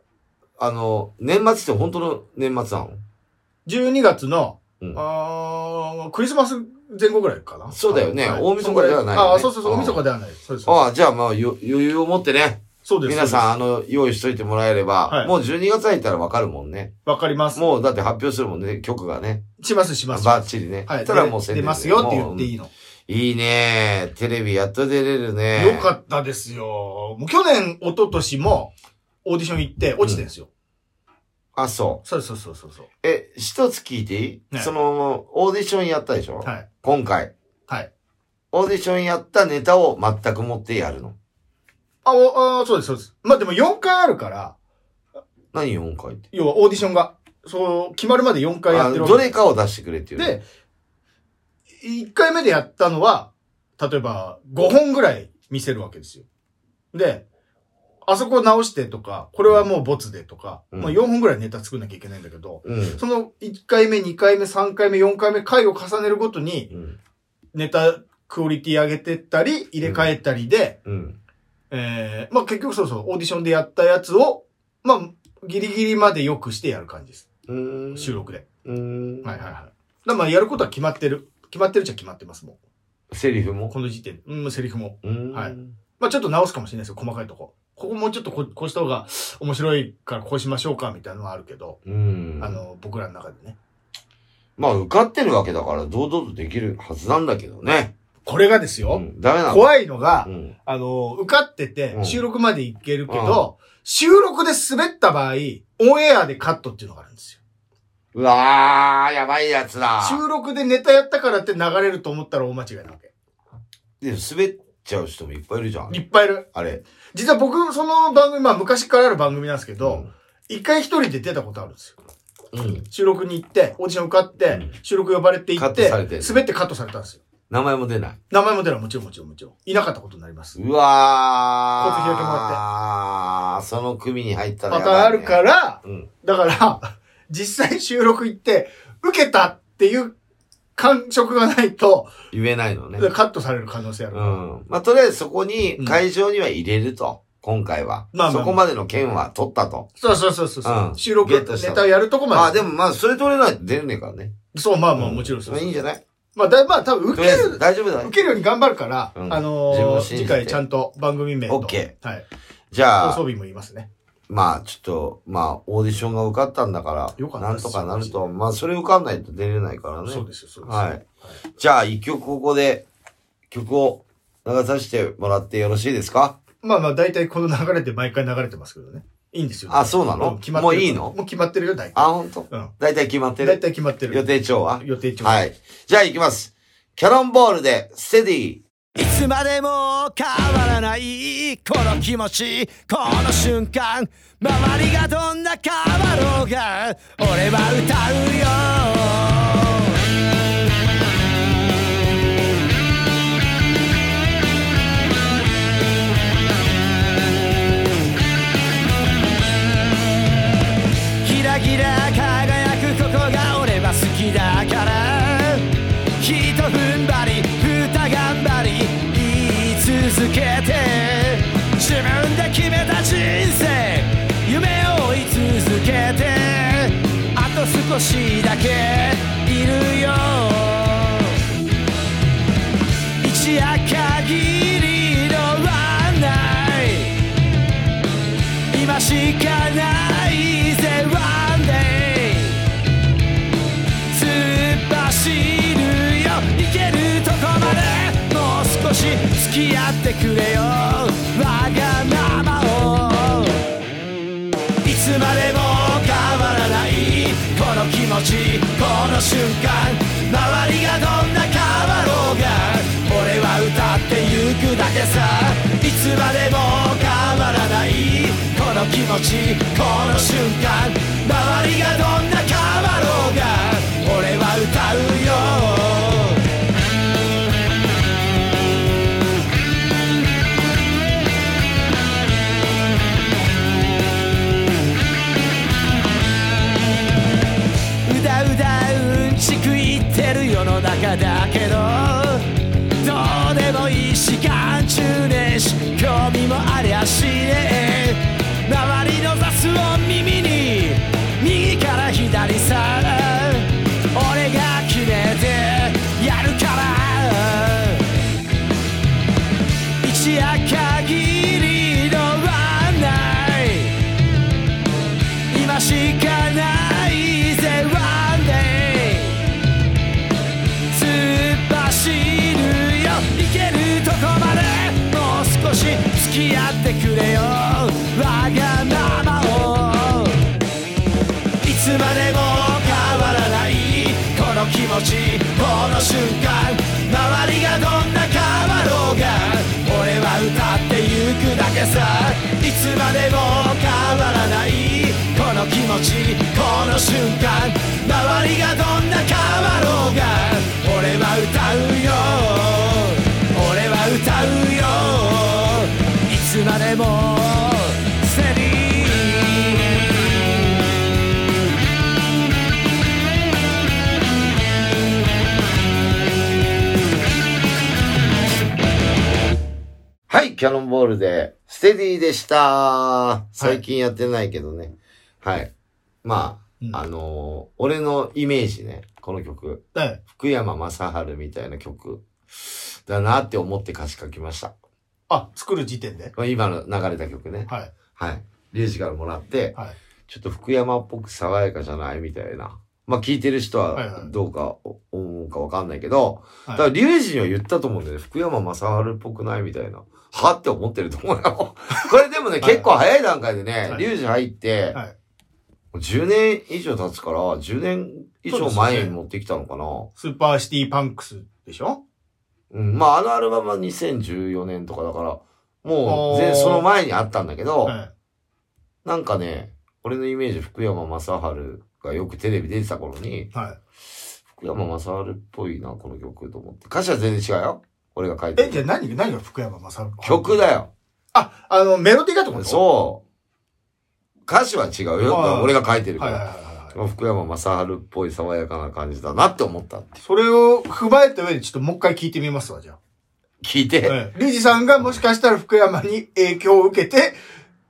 あの、年末って本当の年末なの
12月の、
うん
あークリスマス前後ぐらいかな。
そうだよね
はい
大晦日ではないよね
ああー、そうそうそう、
う
大
ん
晦日ではない。そうです。
ああ、じゃあまあよ余裕を持ってね、
そうです。
皆さん
ん。
あの、用意しといてもらえれば、
はい
もう12月入ったらわかるもんね。
わかります。
もうだって発表するもんね、曲がね。
します、します。
バッチリね。
は
そし
い。
たらもう
出
宣
出
伝
ますよって言って
い
いいの。
い。いいねテレビやっと出れるね
よかったですよ。もう去年、一昨年も、オーディション行って落ちてんすよ。
あ、そう。
そうそうそうそうそう。
え、一つ聞いていい、
ね
その、オーディションやったでしょ、
はい。
今回。
はい。
オーディションやったネタを全く持ってやるの。
あ、おあそうです、そうです。まあでも4回あるから、
何4回って。
要はオーディションが、そう、決まるまで4回や
あ
ってる
どれかを出してくれっていう。
で、1回目でやったのは、例えば5本ぐらい見せるわけですよ。で、あそこ直してとか、これはもうボツでとか、
うん
まあ4本ぐらいネタ作んなきゃいけないんだけど、
うん、
その1回目、2回目、3回目、4回目、回を重ねるごとに、
うん。
ネタクオリティ上げてったり、入れ替えたりで、
うん。
えー、まあ結局そうそう、オーディションでやったやつを、まあ、ギリギリまで良くしてやる感じです。
うーん。
収録で。
うん。
はいはいはい。だからまあやることは決まってる。決まってるっちゃ決まってます、もう。
セリフも。
この時点、うん、セリフも。
うん
はいまあちょっと直すかもしれないですよ、細かいとこ。ここもうちょっとここうした方が面白いからこうしましょうか、みたいなのはあるけど、
うん。
あの、僕らの中でね。
まあ、受かってるわけだから、堂々とできるはずなんだけどね。
これがですよ、
うんダメなの。
怖いのが、
うん。
あの、受かってて
う、ん
収録まで行けるけど、収録で滑った場合、オンエアでカットっていうのがあるんですよ。
うわー、やばいやつだ。
収録でネタやったからって流れると思ったら大間違いなわけ。
で、滑っちゃう人もいっぱいいるじゃん
い。っぱいいる。
あれ。
実は僕、その番組、まあ昔からある番組なんですけど、一、回一人で出たことあるんですよ。
うん。うん。
収録に行って、オーディション受かって、
うん
収録呼ばれて行っ
カッ
て、
トされて
滑ってカットされたんですよ。
名前も出ない。
名前も出ない。もちろんもちろんもちろん。いなかったことになります。
うわー。
交通費だけも
あー、その組に入ったら
パ
や
ター
ば
ン
い
あるか。ら、
うん。
だから、実際収録行って、受けたっていう感触がないと、
言えないのね。
カットされる可能性ある。
うん。まあ、とりあえずそこに、会場には入れると。今回は。
まあまあ
そこまでの件は取ったと。
そうそうそうそうそう、
うん
収録
ゲットした
ネタやるとこまで。
ああ、でもまあ、それ取れないと出れねえからね。
そう、まあまあ、もちろんそう
まあいいんじゃない
まあ、だいまあ、多分
と
受
りあ
け
えず、
る、
大丈夫だね
受。けるように頑張るから、
うん
あの
自分を
ー
信じ
次
て
回ちゃんと番組名と。
オッケ
はい。
じゃ
放
あ
送、日も言いますね。
まあ、ちょっと、まあ、オーディションが受かったんだか、
よから
な
ったで
ん
す
とかなると。まあ、それ受かんないと出れないからね。
そうですよ、そうですよ。
はい。じゃあ、一曲ここで、曲を流させてもらってよろしいですか
まあまあ、大体この流れって毎回流れてますけどね。いいんですよ。
あ、そうなの
ん決まって
も
る
ういいの
もう決まってるよ、大体。
あ、ほんと
うん。
だいたい決まって
大体
る。
決まってる。
予定調は
予定調。
はい。じゃあ、行きます。キャノンボールで、ステディ。
いつまでも変わらないこの気持ちこの瞬間周りがどんな変わろうが俺は歌うよキラキラ輝くここが俺は好きだからひと踏ん張りふた頑張り言い続けて自分で決めた人生夢を追い続けてあと少しだけいるよ一夜限りのワンナイト今しかないぜワンデイ突っ走るよ行けるとこまでもう少し付き合ってくれよわがままをいつまでも変わらないこの気持ちこの瞬間周りがどんな変わろうが俺は歌ってゆくだけさいつまでも変わらないこの気持ちこの瞬間周りがどんな変わろうが俺は歌うようだうだうんちく言ってる世の中だけどどうでもいいし眼中ねえし興味もありゃしねえ周りの雑音耳に右から左さ俺が決めてやるから一夜限りのワンナイト今しかないぜワンデイ突っ走るよ行けるとこまでもう少し付き合ってくれよわがままをいつまでも変わらないこの気持ちこの瞬間周りがどんな変わろうが俺は歌ってゆくだけさいつまでも変わらないこの気持ちこの瞬間周りがどんな変わろうが俺は歌うよ俺は歌うよいつまでもステディー
はい、キャノンボールで、ステディでした。最近やってないけどね。はい。まあ、
うん
あのー俺のイメージね、この曲。
はい。
福山雅治みたいな曲だなって思って歌詞書きました。
あ、作る時点で。
これ今の流れた曲ね。
はい。
はい。リュウジからもらって、
はい。
ちょっと福山っぽく爽やかじゃないみたいな。まあ聞いてる人
はいは
はいどうかお思うかわかんないけど、
はい
だからリュウジには言ったと思うんだよね。福山雅治っぽくないみたいな。はって思ってると思うよ。 [laughs] これでもね、
はい
結構早い段階でね
は、い
リュウジ入って、
はい
もう10年以上経つから、10年以上
そうです
前
よ
に
ね
持ってきたのかな。
スーパーシティパンクスでしょ
うん、まああのアルバムは2014年とかだから、もう
お
全
ー
その前にあったんだけど、
はい。
なんかね、俺のイメージ福山雅治がよくテレビ出てた頃に、
は
福山雅治っぽいな、この曲と思って。歌詞は全然違うよ。俺が書い
い。
て
え、じゃあ
る。
何、何が福山雅治
曲だよ。
あ、あの、メロディーがってことう。
そう。歌詞は違うよ。
はい
俺が書いてるか
はい
ら。
はいはいはい。はい
福山雅治っぽい爽やかな感じだなって思ったって。
それを踏まえた上でちょっともう一回聞いてみますわ、じゃあ。
聞いて、
ええリジさんがもしかしたら福山に影響を受けて、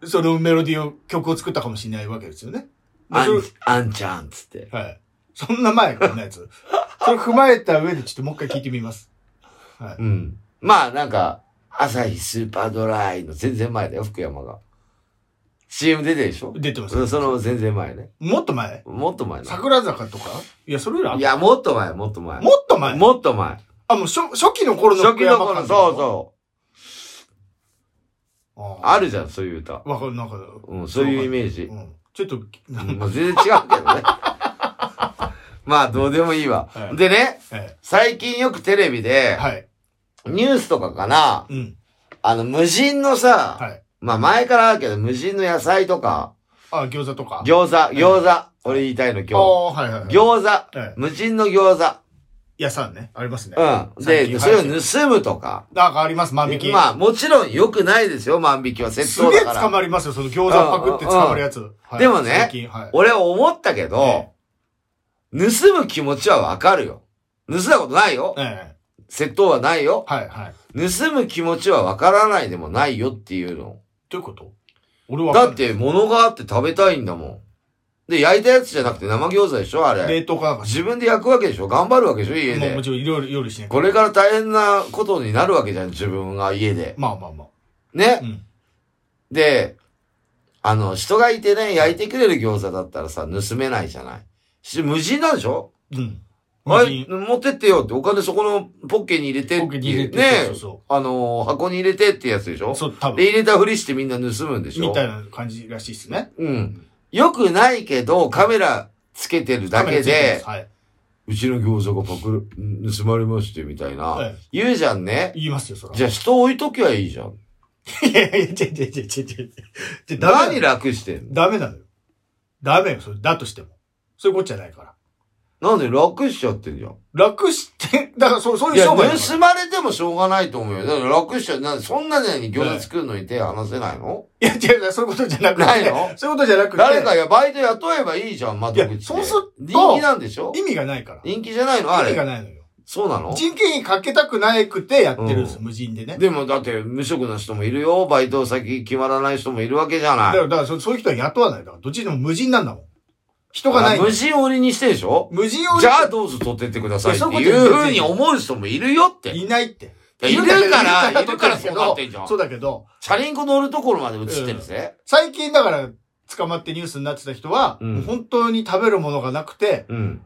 そのメロディーを、曲を作ったかもしれないわけですよね。
あ
それ
ん、あんちゃんっつって。
はい。そんな前からのやつ。それ踏まえた上でちょっともう一回聞いてみます。
うん。まあなんか、朝日スーパードライの全然前だよ、福山が。CM 出てるでしょ
出てます。
そその全然前ね。
もっと前
もっと前な。
桜坂とかいや、それより後
いや、もっと前、もっと前。
もっと前
もっと前。
あ、もう初初期の頃の
初期の頃、そう
う
そ。う。
あ
あるじゃん、そういう歌。
ーわかる、なんか、
うん、そういうイメージ
う。ん。ちょっと、
うんまあ、全然違うけどね。 [laughs] まあ、どうでもいいわ。
はい
でね、
[laughs] え
最近よくテレビで
え、はい。
ニュースとかかな、
うん。
あの、無人のさ、
はい。
まあ前からあるけど、無人の野菜とか、
あ、餃子とか。
餃子、餃子、俺言いたいの
あ
今
あ、はいはいはい。
日。餃子、
ええ
無人の餃子。
いや、さんね。ありますね。
うん。
最近
で、それを盗むとか。
なんかあります、万引き。
まあ、もちろん良くないですよ、万引きは。窃
す
盗
げえ
だか
捕
ら。
まりますよ、その餃子パクって捕まるやつ。はい
でもね
最近、はい。
俺思ったけど、盗む気持ちはわかるよ。盗んだことないよ。
ええ。
窃盗はないよ。
はい、はい。
盗む気持ちはわからないでもないよっていうの。
どういうこと俺は。
だって、物があって食べたいんだもん。で、焼いたやつじゃなくて生餃子でしょあれ。
冷凍かなんかし
自分で焼くわけでしょ頑張るわけでしょ家
もう
で
も。ちろん、いろいろ料理しない
これから大変なことになるわけじゃん、自分が家で。
まあまあまあ。
ね
う。ん。
で、あの、人がいてね、焼いてくれる餃子だったらさ、盗めないじゃない。し無人なんでしょ
うん。
あれ
無人
持ってってよって、お金そこのポッケに入れてっていう
ポッケに入れて
ね
そうそうそ
あのー、箱に入れてってやつでしょ
そう、多
で、
分。
入れたふりしてみんな盗むんでしょ
みたいな感じらしいですね。
うん。よくないけど、カメラつけてるだけで、
カメラついて
うちの餃子がパクる、盗まれまして、みたい
ますは
な
い。え。え
言うじゃんね。
言いますよ、そら。
じゃあ人置いときゃいいじゃん。
いやいや、ちょいちょいちょいちょいちょい。じゃダメ
何
だよ。
楽してん
ダメなのよ。ダメよ、それ。だとしても。そういうことじゃないから。
のなんで楽しちゃってんじゃん。
楽して、だから、そう、そう
い
いう
や、
商売だから
盗まれてもしょうがないと思うよ。だから楽しちゃなんでそんなのに餃子作るのに手離せないの
いや、違う違う、そういうことじゃなくて。
ないの
そういうことじゃなくて。
誰かやバイト雇えばいいじゃん、窓口
い
で。
やそうすると
人気なんでしょ
意味がないから。
人気じゃないのあ
意味が
れ。
ないのよ。
そうなの
人件費かけたくないくてやってるんです、
うん
無人でね。
でもだって無職な人もいるよ。バイト先決まらない人もいるわけじゃ
だ
ない。
から、だからそそういう人は雇わない。だから、どっちでも無人なんだもん。人がない。
無人売りにしてでしょ
無人を
じゃあどうぞ取ってってくださいって
い
い
やそういう
う
こと
ふうに思う人もいるよって。
いないって。
いるから
んだけど
いるからそうなってんじゃん
そうだけど、
チャリンコ乗るところまで映ってるぜ。
最近だから、捕まってニュースになってた人は、
うん
もう本当に食べるものがなくて、
うん。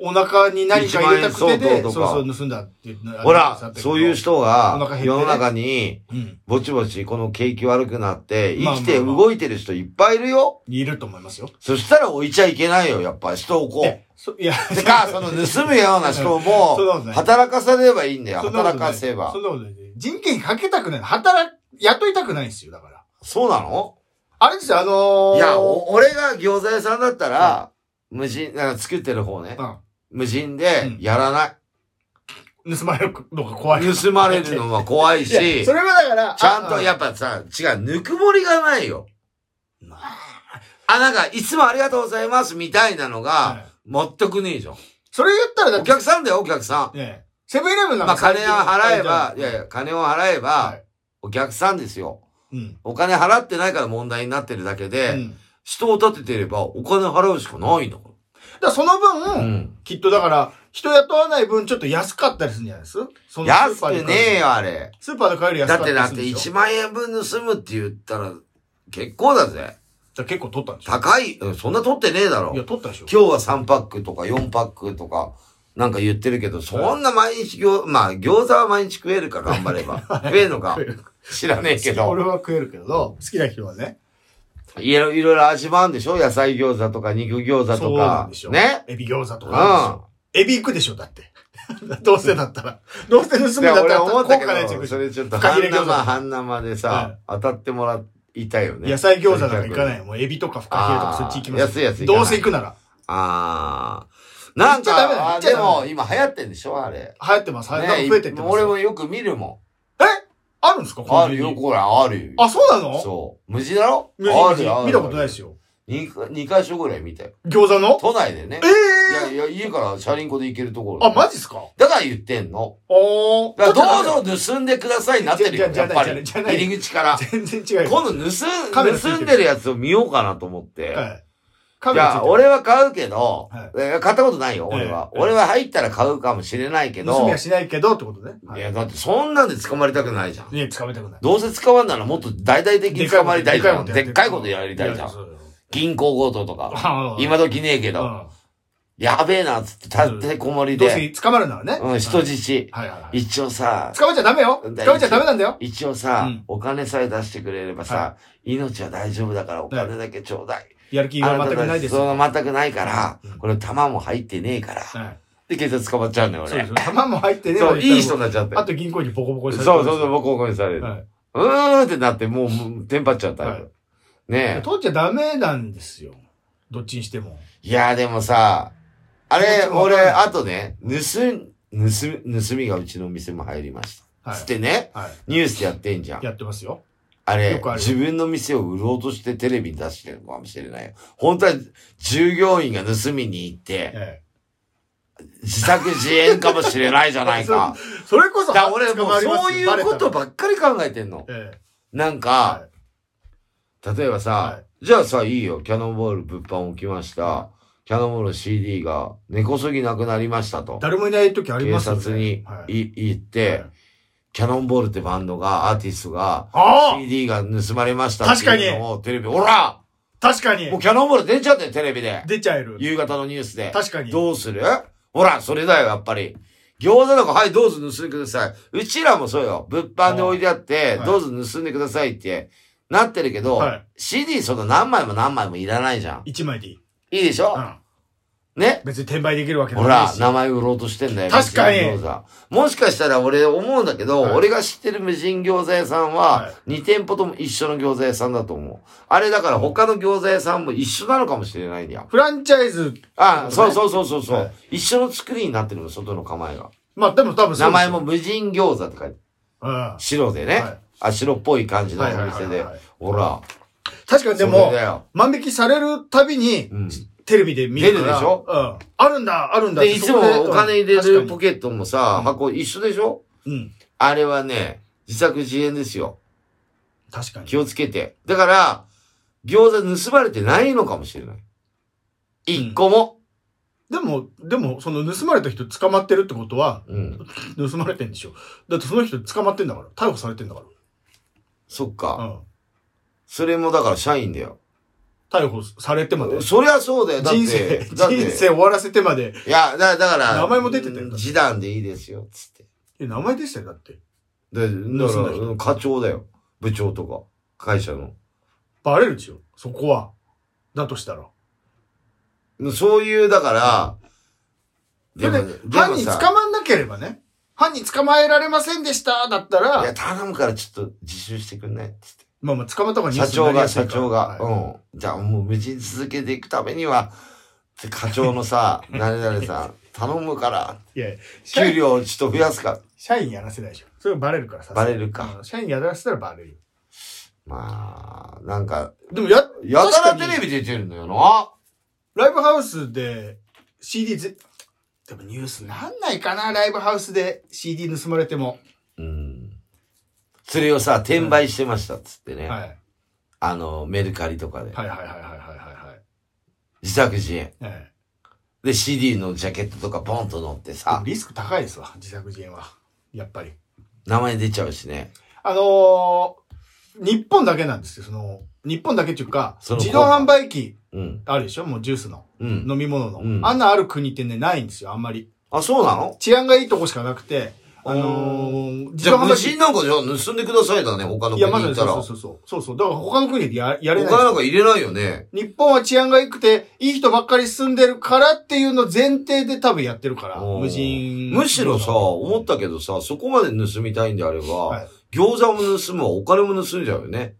お腹に何か入れたくて
一万円相当
で、
と
そ
か
うそう盗んだっていうのが
ほ
あった
ら
け、ど
そういう。人
お腹減
が
ってね
世の中に
うん。
ぼちぼちこの景気悪くなって
まあ
生きて
まあまあ
動いてる人いっぱいいるよ。
いると思いますよ。
そしたら置いちゃいけないよ、やっぱ人をこ
で
う。
そいや、
てか、
[laughs]
その盗むような人も
そうなんだよ
働かされればいいんだよ、
そんなことない
働かせば
そん。なことない。人件費かけたくない。働く、雇いたくないんですよ、だから。
そうなの
あれですよ、あのー、
いや、お俺が餃子屋さんだったら、無人、なんか作ってる方ね。無人で
うん
やらない。
うん。盗まれるのが怖い。
盗まれるの
[laughs]
は怖い
いや
し
そ、れはだから、
ちゃんとや
っ
っぱさ、違う、ぬくもりがないよ。あ、なんか、いつもありがとうございますみたいなのが、全くねえじゃん。
それ言ったらだっ
お
て、
客さんだよ、お客さ
ねえセブンイレブン
ん。
なん
まあ、
か
金を払えば、
最近
いやいや、金を払えば
は、い
お客さんですよ。
うん。
お金払ってないから問題になってるだけ
う
で、
ん
人を立ててればお金払うしかないんだか
だからその分、
ら。うん。
きっとだから、人雇わない分ちょっと安かったりするんじゃないですその
安
スー
く
パーで
ねえよ、あれ。
スーパーで買える安か
だ
っ
った
り
て
する
だって
んでしょ
1万円分盗むって言ったら、結構だぜ。
だから結構取ったんでしょ
高い、うんそんな取ってねえだろ
い。や、取ったでしょ
今日は3パックとか4パックとか、なんか言ってるけど、そんな毎日餃、まあ餃子は毎日食えるか頑張れ
[laughs]
ば。食えるのか
食える
知らねえけ
[laughs]
ど
俺。は食えるけど、好きな人はね。
いろいろいろ味もあるんでしょ野菜餃子とか肉餃子
そ
と
うなん
か
でしょ。。
ね。
エビ餃子と
うん。
かあるでしょ。エビ行くでしょ、だって。 [laughs] どうせだったら。どうせ盗むん
い
だ
や
った
俺
ら、
思ったけ
高価なやつ行
ど、
く
そ
で
れちょっと
フカヒ
半
レ餃子
生、半生でさ、当たってもらいたいよね。。
野菜餃子なんか行かないい。もうエビとかフカヒレとか
あー
そっち行きますよ。
安いやつ行かない
どうせ行くなら。
あー。なん
言っちゃダメだ
か、
言
あ
っちゃ
で
ダメだ
も今流行ってんでしょあれ。
流行ってます。流行ってます
ね
増えてってます。
俺もよく見るもん。
えあるんですか
あるよ、。これ、あるよ。
コンビニあ、そうなの
そう。無事だろ
無人無人
あるある
見たことないですよ。
2, 2回所ぐらい見たよ。
餃子の
都内でね
え。
いや
え
いや、家からチャリンコで行けるところ。
あ、マジっすか
だから言ってんの。
あー。
だから
だ
どうぞ盗んでくださいになってるよ、
じゃ
やっ
じゃ
ぱ
じゃ
り。
じゃない
入り口から。
全然違うよ。
今度盗
カメ
ん、
ラついてる
盗んでるやつを見ようかなと思って。
はい。カ
い
メラついて
や、
る
俺は買うけど、
は
え買ったことないよ、俺は。
ええ
俺は入ったら買うかもしれないけ
盗
ど
みは、しないけどってことね。はい
いや、だってそんなんで捕まりたくないじゃん。
いや、捕まえたくない。
どうせ捕まんならもっと大々的に捕まりたいじゃん。
でかいことや
でっかいことやりたいじゃ
やそ
ん。
う
銀行強盗と
だよ
か。
あー
今時ねえけ
う
ど、
ん
やべえな、つって立てこもり
どう
で、
せ捕まるならね。
うん、人質。
はいはいはい。
一応さ、
捕まっちゃダメよ。捕
うん
まっちゃダメなんだよ。
一応さ、
うん
お金さえ出してくれればさ、
は
命は大丈夫だからお金だけちょうだい。
やる気は全くないです。
そ
は
の全くないから、
うん
これ弾も入ってねえから。
い。
で、警察捕まっちゃうんだよ、
そうで
俺
す。。弾も入ってね。
そう、いい人
も
になっちゃって。
あと銀行にボコボコに
そ
さ
うそ
れてま
う
す
そう、僕をにされる。
はいう
ーんってなって、もうもう、テンパっちゃうタイプ。
はい
ねえ。
取っちゃダメなんですよ。どっちにしても。
いやーでもさ、あ
気持
れ
ち、もわか
俺、
る
あとね、盗ん、盗み、盗みがうちの店も入りました。
はい
つってね、
は
ニュースやってんじゃん
い。。やってますよ。
あれ
よくある
自分の店を売ろうとしてテレビに出してるのかもしれないよ。本当は従業員が盗みに行って、
え
自作自演かもしれないじゃない
[laughs]
か。
え。それこそ、
だから俺
捕
も
ま
う
ります
そういうこと。ばっかり考えてんの
バレ。たらええ。
なん
は
か、例えば
は
さ、じゃあさ、いいよ、キャノンボール物販置きました。キャノンボール CD が根こそぎなくなりました
い。
と。
誰もいない時あり
警
ますよね。
察に
はい
い行っ
は
て
い、
キャノンボールってバンドが、アーティストが、
ああ
CD が盗まれましたっていうのをテレビ、ほら
確かに
もうキャノンボール出ちゃってテレビで。
出ちゃえる。
夕方のニュースで。
確かに
どうするほら、それだよ、やっぱり。餃子とか、はい、どうぞ盗んでください。うちらもそうよ。物販で置いてあって、
はい
どうぞ盗んでくださいって、なってるけど、
はい
CD その何枚も何枚もいらないじゃん。
一枚でいい。
いいでし
う
ょ、
ん。
ね
別に転売できるわけ
ほ
ない
ら
し。、
名前売ろうとしてんだよ。
確かに
無人餃子。もしかしたら俺思うんだけど、
はい
俺が知ってる無人餃子屋さん
は、
はい2店舗とも一緒の餃子屋さんだと思う。あれだから他の餃子屋さんも一緒なのかもしれないんだよ。
フランチャイズ、
あ、
そ
そうう
です
そ
ね
うそうそうそう、
はい
一緒の作りになってるの、外の構えが。
まあでも多分そうですよ
名前も、無人餃子って書いて、
うん。
白でね、
はい
あ、白っぽい感じのお
はいはい
店
はい
で
はい。
ほら、
確かにで
そ
も
れだよ、
万引きされるたびに
う、ん。
テレビで見るから。
出るでしょ
うん。あるんだ、あるんだ
で、いつもお金入れるポ
ケ
ケットもさ、箱一緒でしょ
うん。
あれはね、自作自演ですよ。
確かに。
気をつけて。だから、餃子盗まれてないのかもしれない。一個も。
でも、でも、その盗まれた人捕まってるってことは、
うん。
盗まれてんでしょ。だってその人捕まってんだから。逮捕されてんだか。。
そっから
うん。
それもだから社員だよ。
逮捕されてまで。
そりゃそうだよ。だって。
人生、
だって
人生終わらせてまで。
いや、だだから、
名前も出てたよ
示談でいいですよ、つって。
え、名前でしたよ、だって。
で、だ
盗
か
んだ
ら、
人
うん課長だよ。部長とか、会社の。
バレるでしょ。そこは。だとしたら。
そういう、だから、
で、
で
犯
も
人
さ
捕まんなければね。犯人捕まえられませんでした、だった
い
ら
や、、頼むからちょっと自習してくんないつって。
まあまあ捕まった方がニュー
社
スに
長
なりや
が、
すい
社
から
長が、
はい
うん。じゃあもう無事に続けていくためには、って課長の
[laughs]
さ、誰々さん、頼むから、
いや、社
給
員、
料をちょっと増やすか。
社員やらせないでしょ。それバレるからさ。
バレるか
うん。社員やらせたらバレるよ。
まあ、なんか、
でもや、
やたら
確か
テ
に
レビ出てるのよな。
ライブハウスで CD ぜ、でもニュースなんないかなライブハウスで CD 盗まれても。
うん。それをさ、転売してましたっつってね。
はい。はい
あの、メルカリとかで。
はいはいはいはいはいはい。
自作自演。
え
で、CD のジャケットとかポンと乗って
え、でも
さ、
リスク高いですわ、自作自演は。やっぱり。
名前出ちゃうしね。
あのー、日本だけなんですよ、その、日本だけっていうか、
その
自動販売機
うん。
あるでしょもうジュースの。
うん。
飲み物の。
うん
あんなある国ってね、ないんですよ、あんまり。
あ、そうなの
治安がいいとこしかなくて、あのー、
じ
自
ゃ
動
あ、
販
無
売機。
人なんかじゃあ盗んでくださいだね、他の国
いや、まさ
行
に
った
そう
ら。
そ
他
うそうそう。そうそう。だから他の国でややれないですよ
なんか入れないよね。
日本は治安が良くて、いい人ばっかり住んでるからっていうの前提で多分やってるから、
うん
無人。。
むしろさ、思ったたけどさ、そこまで盗みたいんであれば、
はい
餃子も盗むわ、お金も盗んじゃうよね。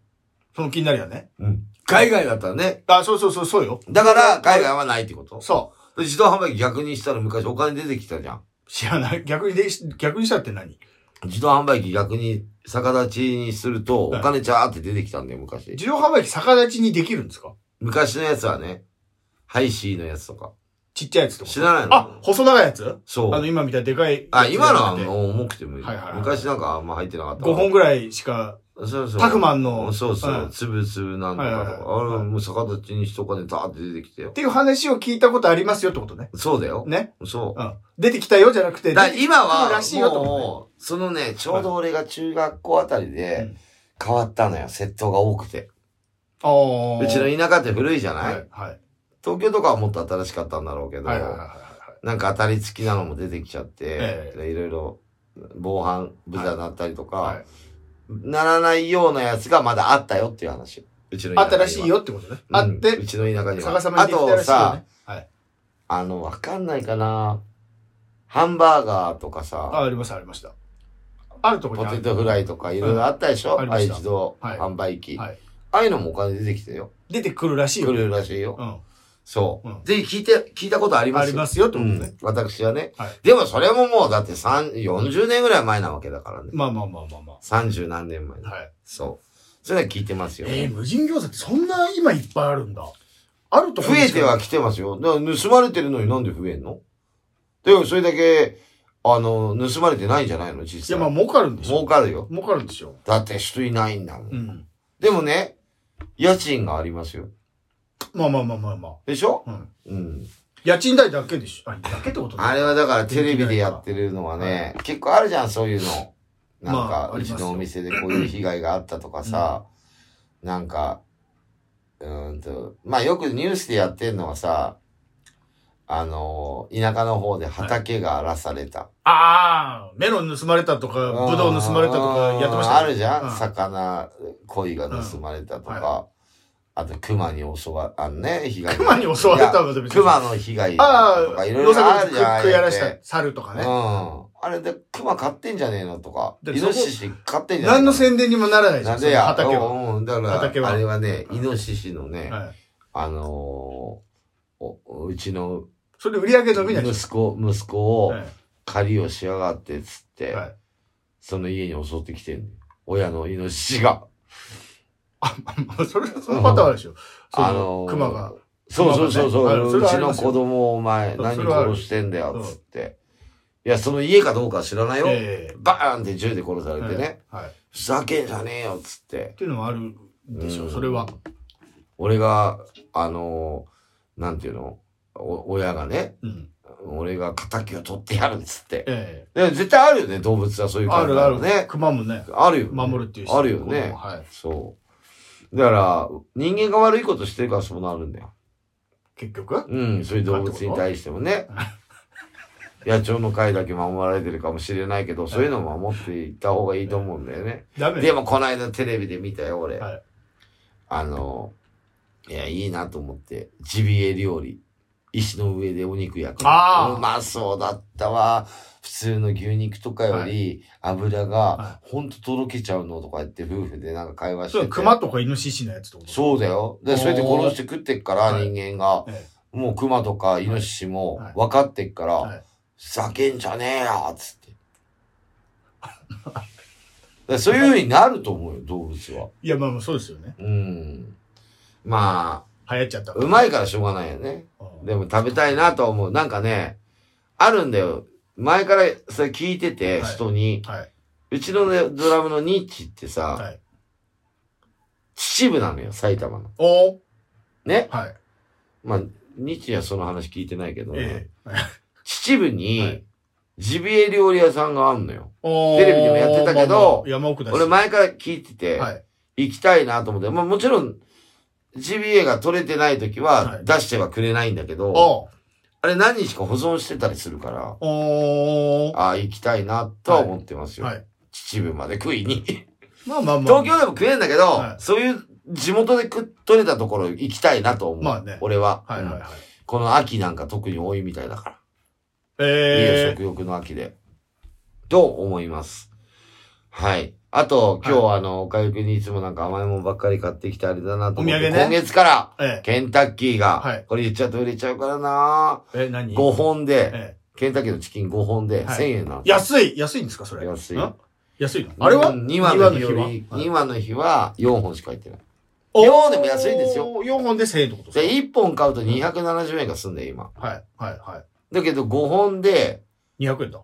その気になるよね。
うん。海外だったらね。
あ、そうそうそう、そうよ。
だから、海外はないってこと。
そ
で自動販売機逆にしたら昔お金出てきたじゃん。
う。知らない。逆にで、逆にしたって何
自動販売機逆に逆立ちにすると、お
はい
金ちゃーって出てきたんだよ、昔。
自動販売機逆立ちにできるんですか
昔のやつはね、ハイシーのやつとか。
ちっちゃいやつとか。
知らないの
あ、細長いやつ
そう
あの、今みたいなでかい。
あ、今のはもう重くてもいい。
はいはいはい
昔なんかあんま入ってなかった。
5本ぐらいしか。
そうそう。
タクマンの
そうそ
は
う
い。
つぶつぶなんとかとか。
は
あ
いはいはい
れ、もう逆立ちにしとかでザーって出てきて
っ。ていう話を聞いたことありますよってことね。
そうだよ。
ね。
そう
う。ん。出てきたよじゃなくて。
だから今は、
らしいよと
もう、そのね、ちょうど俺が中学校あたり
う
で
ん
変わったのよ、窃盗が多くて。
ああ。
うちの田舎って古いじゃ
は。
ない
はいい。はい
東京とかはもっと新しかったんだろうけど、
はいはいはい
な
はい。
んか当たり付きなのも出てきちゃって
え、
でいろいろ防犯ブザーなったりと
は
か
い、
ならないようなやつがまだあったよっていう話。うちの田
あ
舎
っ
には
たらしいよってことね。
うん
あっ
う
て、
ちの田舎に
逆さ
は。
ま
あ
にでき
と
たらしいよ
さ
ね、。はい。
あの、わかんないかな。ハンバーガーとか
あ、
さ、
ありました、ありました。あるとこ
ポ
にある
テトフライとかいろいろあったでしょ
うんあ
あ
りま
あい
し
う
た
自動
はい
販売機。あ
はい。
あいうのもお金出てきてよ。
出てくるらしい
来
よ。
るらしいよ。
うん。。
そううんぜひ聞いて、聞いたことありま
あ
す
りますよって
う
ことね
ん。。私はね
はい。
でもそれももうだって三40年ぐらい前なわけだからね。
まあまあまあまあま
30何年前
あ。。はい。
そう。それは聞いてますよ。
えー、無人餃子ってそんな今いっぱいあるんだ。あるとこ
増
に
え
しか
ては来てますよ。だから盗まれてるのになんで増えんのでもそれだけ、あの、盗まれてないんじゃないの
い
実
や、まあ
際。
儲かるんでしょ。
儲かるよ。
儲かるんでしょ。
だって人いないんだもん。
うん。
でもね、家賃がありますよ。
まあまあまあまあま
でしょ
あ。う
う
ん。
ん。
家賃代だけでしょ。あ、だけってこと
あれはだからテレビでやってるのはね、結構あるじゃん、そういうの。なん
ま
か
あ、あ
う
り
ち
ますよ
のお店でこういう被害があったとかさ、なんか、うーんと、まあよくニュースでやってんのはさ、あの、田舎の方で畑が荒らされた。
ああ、メロン盗まれたとか、ブドウ盗まれたとかやってました
あ
ね
ーあるじゃん、
うん
魚、鯉が盗まれたとか、
うんは
あと熊に襲わ、あのね、被害。
熊に襲われたの
い
で
や
別に
熊の被害と
あ
か
あ、
いろいろあるじゃん。
食いやらし
あれ
た猿とか
ってう
ね。
ん。あれで熊買ってんじゃねえのとか、
で
イノシシ買ってんじゃねえ
何の
い
宣伝にもならないじゃ。
なんんでや、
その畑は。
うんうんだから、
畑は
あれはね、
うん
イノシシのね、
はい。
あのーおうちの
それで売り上げ伸びないでし
息子、息子
ょ。
を
はい
狩りをしやがってっつって、
はい。
その家に襲ってきてんのよ親のイノシシが。
あ、まあそれ、そのパターンあるでしょ。そ
あ
の
の、ー
熊が。
そうそうそうそ
まあね
う、
あそうれはあ
ち
りま
の
すよ
子供をお前
そう
何
それはある
殺してんだよ、つって。いや、その家かどうかは知らないよ。
ええ
バーンって銃で殺されてね。。
はい。っ
ふざけんじゃねえよ、つって。
ていうのはあるんでしょ
う
う、
ん
それは。
俺が、あのー、なんていうのお親がね、
うん。
俺が仇を取ってやる、つって。
え
で絶対あるよね、動物はそうい
え
う
あ
感じ
るあるね
ね。。
熊もね、
あるよね。
守るっていうし
あるよね
はい。
そう。だから、人間が悪いことしてるからそうなるんだよ。
結局
うん、そういう動物に対してもね。野鳥の会だけ守られてるかもしれないけど、そういうのも守っていった方がいいと思うんだよね。
ダメ
でも、この間テレビで見たよ、俺。
はい
あの、いや、いいなと思って、ジビエ料理。石の上でお肉焼く
あ
の。
ー
うまそうだったわ。普通の牛肉とかより、油が
は、
ほんととろけちゃうのとか言って、夫婦でなんか会話し
そ
て
れ
て。
は熊とかイノシシのやつってこと
そうだよ。で、そうやって殺して食ってっから、
おー
人間が。
え
もう熊とかイノシシも
はい
分かってっから、
はい
ふざけんじゃねえよっつって。だから [laughs] そういう風になると思うよ、動物は。
えいや、まあまあそうですよね。
うん。ま
流行っちゃった
あ、
から。
うまいからしょうがないよね。
うん
でも食べたいなとは思う。なんかね、あるんだよ。前からそれ聞いてて、
はい
人に。
はい。
うちのね、ドラムのニッチってさ、
はい。
秩父なのよ、埼玉の。
おー
ね。
はい。
まあ、ニッチにはその話聞いてないけど、
え [laughs] え。
秩父
は
に
い、
ジビエ料理屋さんがあんのよ。
テ
テレビでもやってたけど
山奥だし。
俺前から聞いてて、
はい。
行きたいなと思って、まあもちろん、GBA が取れてない時
は
はい出してはくれないんだけど、
お
あれ何日か保存してたりするから、
お
ああ、行きたいなとは思ってますよ。
はい。
秩父まで食いに。 [laughs]
まあまあまあ。
東京でも食えんだけど、
はい
そういう地元で食取れたところ行きたいなと思う。
まあね
俺は、
はいはい
うん
はい。
この秋なんか特に多いみたいだから。いいよ
ええ。
食欲の秋で。と思います。はい。あと、今日はあの、おかゆくんにいつもなんか甘いもんばっかり買ってきてあれだなと思って。
お土産ね
今月から、
え
ケンタッキーが、
はい
これ言っちゃうと売れちゃうからな
え。え、何
5本で、
え
ケンタッキーのチキン5本で、
はい
1000円なの
え。。安い安いんですかそれ。
安い
ん安いのあれは
うん ?2 話の日よ
二
り、
ははい
2話の日は4本しか入ってない。 4本でも安いですよ。
4本で1000円ってこと
で、
です
1本買うと270円が済んで、今。
かはい、はい、は
だけど5本で
い。200円だ。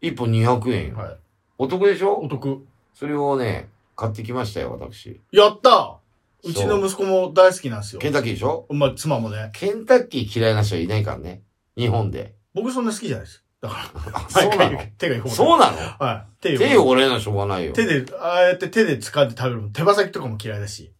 1本200円よ。
はい。
お得でし
お
ょ
得。
それをね、買ってきましたよ、私。
やった
そう
うちの息子も大好きなんですよ
ケ。ンタッキーでしょ
まあ、妻もね。
ケンタッキー嫌いな人いないからね。日本
[laughs]
で。
僕そんな好きじゃないです。だか
あ
ら、
そうなの
手がいこう
そうなの
はい。手
手
を。
汚れなしょうがないよ。
手で、ああやって手で掴んで食べるの。手羽先とかも嫌いだし。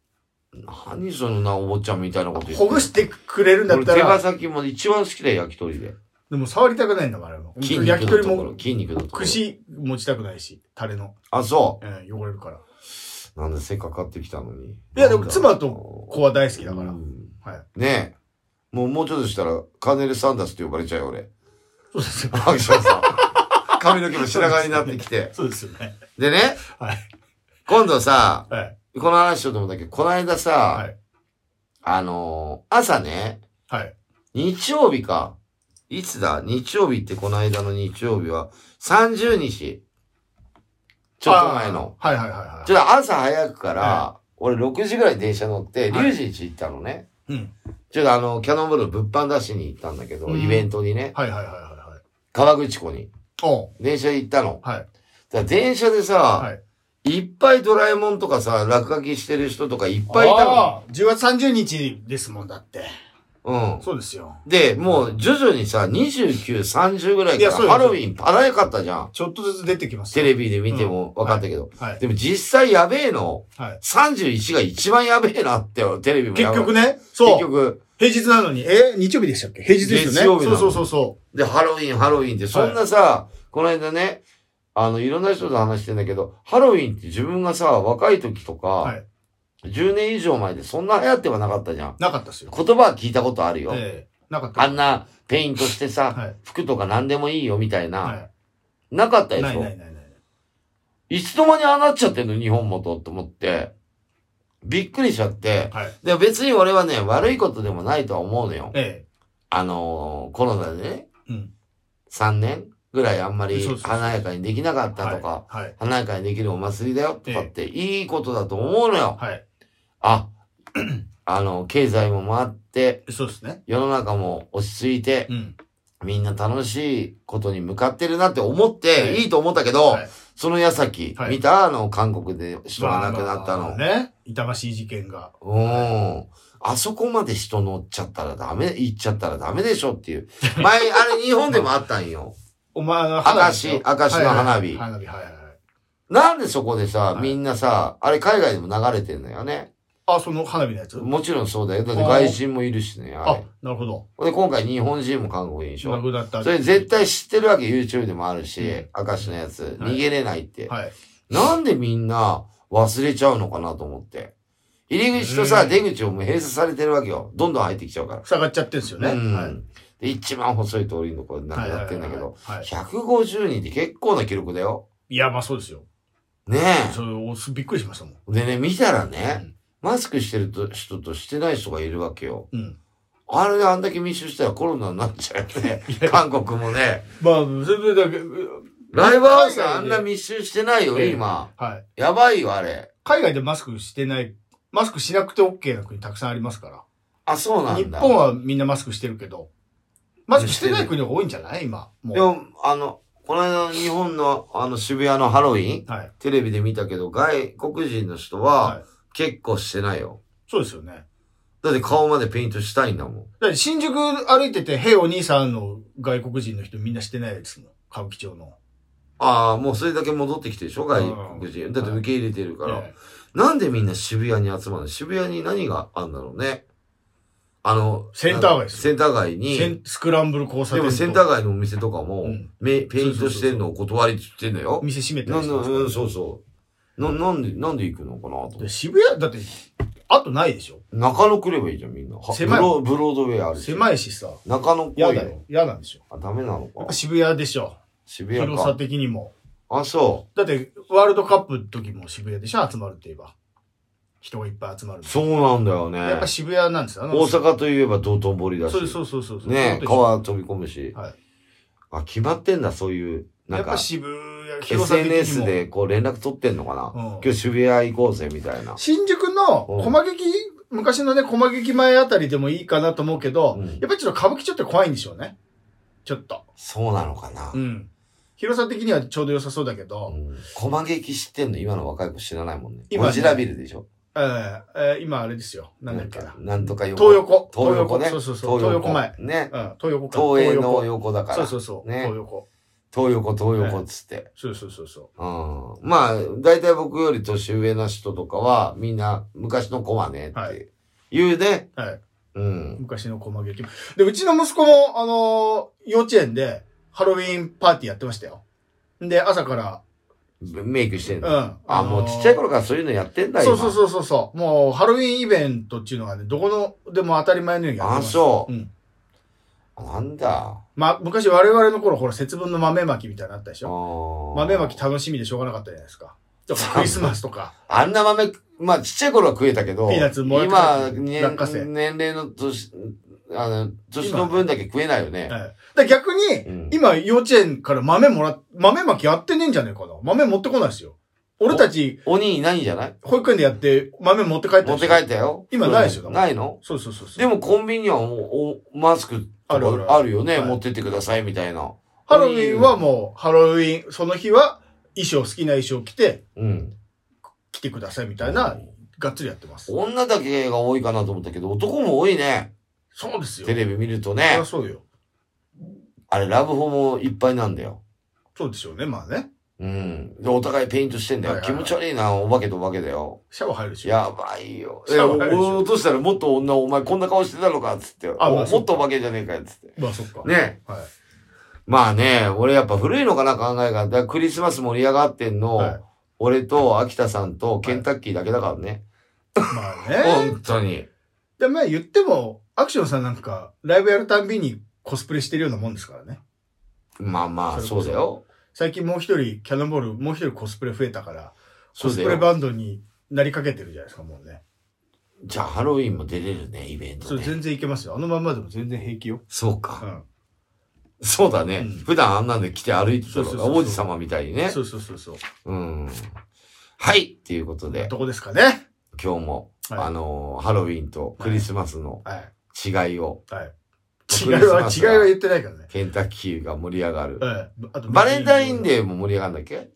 何そのなお坊ちゃんみたいなこと言って。
ほぐしてくれるんだっ
俺
た
手羽
ら、
先も一番好きだよ、焼き鳥で。
でも触りたくないんだから、あれは。
筋肉
焼き
の
鳥
ところ
も、
筋肉のところ。
串持ちたくないし、タレの。
あ、そ
えー汚れるから。
う。なんでせっかく買ってきたのに。
いや、でも
なんだ
妻と子は大好きだから
う。ん
はい。
ねえ。もうもうちょっとしたら、カーネル・サンダースって呼ばれちゃうよ、俺。 [laughs]
そうですよ。
アクションさん。髪の毛も白髪になってきて。
[laughs] そうですよね。
でね、
はい。
今度さ、
はい。
この話しようと思ったけど、この間さ、
はい。
あのー朝ね、
はい。
日曜日か。いつだ日曜日ってこの間の日曜日は、30日。ちょっと前の。
あー。はいはいはいは
ちょっと朝早くから、
は
俺6時ぐらいに電車乗って、
はい
龍神寺行ったのね。
い。うん。
ちょっとあの、キャノンボールの物販出しに行ったんだけど、
うん
イベントにね、
はいはいはいはいはい。
川口湖に。
おう
電車で行ったの。
はい。
だから電車でさ、
はい。
い、っぱいドラえもんとかさ、落書きしてる人とかいっぱいいたの。
あー10月30日ですもんだって。
うん。
そうですよ。
で、もう徐々にさ、29、30ぐらいか
いや
ら
そうよ
ハロウィンパラやかったじゃん。
ちょっとずつ出てきます。
テレビで見ても分かったけど。
はい。
でも実際やべえの、
はい。
31が一番やべえなって、テレビもや
結
ばい
局ね、そう。
結局。
平日なのに。えー日曜日でしたっけ平日ですよね。
月曜日な
そう
の
そうそうそ
で、ハロウィン、ハロウィンって、そんなさ、この間ね、あの、いろんな人と話してんだけど、ハロウィンって自分がさ、若い時とか、
う。はい。
10年以上前でそんな流行ってはなかったじゃん。
なかったですよ。
言葉は聞いたことあるよ。
ええなかった。
あんなペイントしてさ、
はい
服とか何でもいいよみたいな、
は
なかったで
い。
しょ
ない
い
ないないない。
つの間にああなっちゃってんの、日本もと、と思って。びっくりしちゃって。
はい。
でも別に俺はね、悪いことでもないとは思うのよ。
え
あのーコロナでね、
えうん。
3年ぐらいあんまり
そうそうそう
華やかにできなかったとか、
はい。はい。
華やかにできるお祭りだよとかって、いいことだと思うのよ。
はい。 [clears throat]
あ、あの、経済も回って、
そうですね。
世の中も落ち着いて、
うん。
みんな楽しいことに向かってるなって思っ
は
て、
い
いいと思ったけど、
はい
その矢先、
はい
見たあの、韓国で人が亡くなった
まあま
の
あ。ね。痛ましい事件が。
うん。あそこまで人乗っちゃったらダメ、行っちゃったらダメでしょっていう。前、あれ日本でもあったんよ。
お前の
明石明石の花火
はいはいはい花火、はいはいはい。
なんでそこでさ、
はい
みんなさ、あれ海外でも流れてんのよね。
あ、その花火のやつ
もちろんそうだよ。だって外人もいるしね、あ
あ
れ。、
なるほど。
で、今回日本人も韓国人でし
亡
ょ。
くなった。
それ絶対知ってるわけ、YouTube でもあるし、
う
明石のやつ。
はい
逃げれないって。
はい。
なんでみんな忘れちゃうのかなと思って。入り口と
う
さ、
ん
出口をもう閉鎖されてるわけよ。どんどん入ってきちゃうから。
塞がっちゃってんすよね。
うん
はい。
で、一番細い通りのとこで亡くなってんだけど、
はいはいはいはい。はい
150人って結構な記録だよ。
いや、まあそうですよ。
ね
それ、おすびっくりしましたもん。
え。でね、見たらね、マスクしてると人としてない人がいるわけよ。
うん。うん。
あれであんだけ密集したらコロナになっちゃうよ
[laughs]
ね。韓国もね。
まあ、それだけ、う
ライブハウスはあ
海外
ん
で
な密集してないよ、
ええ
今。
はい。
やばいよ、あれ。
海外でマスクしてない、マスクしなくて OK な国たくさんありますか
あ、そうな
ら。日
んだ。
本はみんなマスクしてるけど、マスクしてない国が多いんじゃない今。も
で
う。
も、あの、この間の日本のあの渋谷のハロウィン、
はい。
テレビで見たけど、外国人の人
は
はい結構してないよ。
そうですよね。
だって顔までペイントしたいんだもん。
だって新宿歩いてて、へいお兄さんの外国人の人みんなしてないですもん。歌舞伎町の。
ああ、もうそれだけ戻ってきてるでしょ外国
う
人。
ん
だって受け入れてるから。
ええ
なんでみんな渋谷に集まるの渋谷に何があんだろうね。あの、
センター街ですよ
センター街
セン
に、
スクランブル交差
で
点と。
もセンター街のお店とかも、
うん
めペイントしてんのお断りって言ってんのよ。
店閉めた
な
り
ん
し
な
ますから
うん、そうそう。な、なんで、なんで行くのかなと思っ
で
て。
渋谷、だって、あとないでしょ
中野来ればいいじゃん、みんな。は
狭い
ブロブロードウェイあるし。
狭いしさ、
中野来い
嫌だ
よ
よ。。嫌なんでしょ。
あ、ダメなの
やっ
か
ぱ。渋谷でしょ。
渋谷
広さ
か。
的にも。
あ、そ
だって、ワールドカップの時も渋谷でしょ集まるって言えば。人がいっぱい集まる。
う。そうなんだよね。
やっぱ渋谷なんですよ。あの
大阪といえば道頓堀だし。
そうですそうそうそうそう。
ね
そうです
川飛び込むし。
はい
あ、決まってんだ、そういう。な
や
ん
っぱ
か、
渋谷、広さ的にも
SNS。でこう連絡取ってんのかな、
うん
今日渋谷行こうぜ、みたいな。
新宿のの
うん
駒劇、昔のね、駒劇前あたりでもいいかなと思うけど、
うん
やっぱりちょっと歌舞伎ちょっと怖いんでしょうね。ちょっと。
そうなのかな
う。ん。広さ的にはちょうど良さそうだけど、
うん。駒劇知ってんの今の若い子知らないもんね。
今ね
ゴジラビルでしょ
えーえー今あれですよ。なんだっけな
か。なんとか横
東横。
東横ね。
そうそうそう。東横前。
ね。
うん、東横か
東映の横だから。
そうそうそう。
ね
東横。
東横、東横っつって。
そうそうそうそう。
うん。まあ、大体僕より年上な人とかは、みんな昔の子はね、っ
はい
て言うね。
はい。
うん。
昔の駒劇。で、うちの息子も、あのー幼稚園で、ハロウィーンパーティーやってましたよ。で、朝から、
メイクしてん
うん。
の。あ、もうちっちゃい頃からそういうのやってんだ
そ
よ。
うそうそうそうそう。もう、ハロウィーンイベントっていうのがね、どこの、でも当たり前のようにやって
あ、
ました。
そう
うん。
う。なんだ。
まあ、昔我々の頃、ほら、節分の豆まきみたいなのあったでしょ
豆
豆まき楽しみでしょうがなかったじゃないですか。とか、クリスマスとか。
あんな豆、まあちっちゃい頃は食えたけど、
ピーナッツもらってた
今、
時
年
落花生
年齢の年、あの、年の分だけ食えないよね。
はい。だ逆に、
うん
今、幼稚園から豆もら、豆まきやってねえんじゃねえかな。豆持ってこないですよ。俺たち、
鬼いないんじゃない
保育園でやって、豆持って帰った
持
で
っ
しょ
て帰ったよ。
今ないでしょ
ないの
そうそうそうそう。
でもコンビニにはもうおマスク
あるあ
と
る
かあるよね。
はい
持ってってくださいみたいな。
ハロウィンはもう、ハロウィン、その日は、衣装、好きな衣装着て、
うん。
来てくださいみたいな、がっつりやってます。
女だけが多いかなと思ったけど、男も多いね。
そうですよ。
テレビ見ると
そり
ね
ゃ。そうよ。
あれ、ラブホもいっぱいなんだよ。
そうでしょうね、まあね。
うん。で、お互いペイントしてんだよ。
はいはい
気
はい
持ち悪いな、お化けとお化けだよ。
シャワー入るでしょ。
やばい
[laughs]
よ。
シャワー入るでしょ
俺落としたらもっと女、お前こんな顔してたのかっつって。
あまあ
お
そ
も
っ
っ
か
とお化けじゃねえかよっつって。
まあそっか。。
ね。
はい。
まあね、俺やっぱ古いのかな考えが。だからクリスマス盛り上がってんの、
はい
俺と秋田さんとケンタッキーだけだからね。
まあね。
本当に。
でもまあ言っても、アクションさんなんか、ライブやるたんびにコスプレしてるようなもんですからね。
まあまあ、
それこ
そ
そ
だ
う
よ。
最近もう一人、キャノンボール、もう一人コスプレ増えたから、
そ
コ
う
ス
だ
プレ
よ。
バンドになりかけてるじゃないですか、もうね。
じゃあハロウィンも出れるね、イベン
そ
ト
れ
ね。
全然いけますよ。あのまんまでも全然平気よ。
そう
う
か。
ん。
そうだね。
うん
普段あんなんで来て歩いてたの
そうそう
が
そうそう
王子様みたいにね
そ。うそうそうそう。
うん。はい。っていうことで、
どこですかね。
今日も、
はい
あのーハロウィンとクリスマスの
はい。
違いを、
はい。違
僕
い
に
は、
し
違
ますが
いは言ってないからね。
ケンタッキーが盛り上がる。
はい。あと
バレンタイン。デーも盛り上がるんだっけ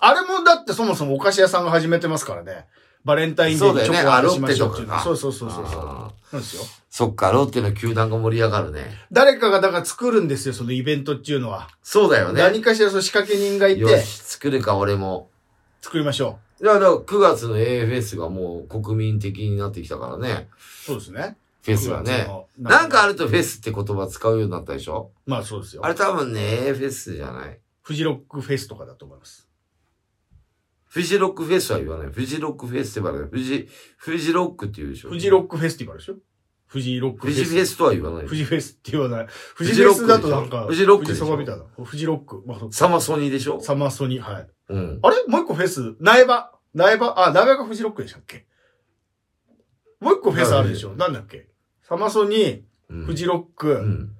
あれもだってそもそもお菓子屋さんが始めてますからね。バレンタインデーにチョコを渡しましょうっていうのはそ
そう
そうそうそうそう。
あー
そうですよ。
そっか、ロッテの球団が盛り上がるね。
誰かがだから作るんですよ、そのイベントっていうのは。
そうだよね
何。かしらその仕掛け人がいて
よ、し、作るか、俺も。
作りましょ
いや、だから9月の AFS がもう国民的になってきたからね。
う。そうですね。
フェスがね。
9月の
なんかあるとフェスって言葉使うようになったでしょ
まあそうですよ
あ。れ多分ね、AFS じゃない。
フジロックフェスとかだと思います。
フジロックフェスは言わない。フジロックフェスティバルだよフジ、フジロックって言うでしょ
フジロックフェスティバルでしょフジロック
フジフェスとは言わない
フ。ジフェスって言わない。フジ
ジ
フ
ロ
ェ
ック
スだとなんか、
フジロック
フ
で
ジ
しょ
ソバみたいな。フジロック。まあそう
サマソニーでしょ
サマーソニー。はい。
うん。
あれもう一個フェス。苗場。苗場。あ、苗場がフジロックでしたっけもう一個フェスあるでしょなんだっけサマソニー、
うん
フジロック。
うん。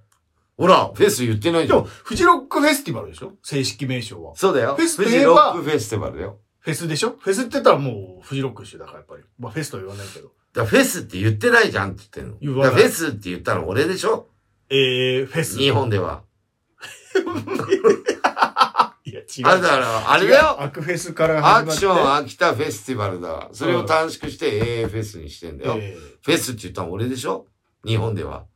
ほら、フェス言ってない
で
じゃ
も、
ん。
フジロックフェスティバルでしょ正式名称は。
そうだよ。
フェスと
フ
い
ジ
え
ロ
ば
ックフェスティバルだよ。
フェスでしょフェスって言ったらもう、フジロックでしょだからやっぱり。まあ、フェスとは言わないけど。
だからフェスって言ってないじゃんって言ってん
言
の。
わな
だか
い
らフェスって言ったの俺でしょ
えー、フェス。
日本では。
いや、違う。
あれだから、あれだ
違う
よ
アクフェスから
ア
始まって。
クション秋田フェスティバルだわ。それを短縮して AFS にしてんだよ。
えー
フェスって言ったの俺でしょ日本では。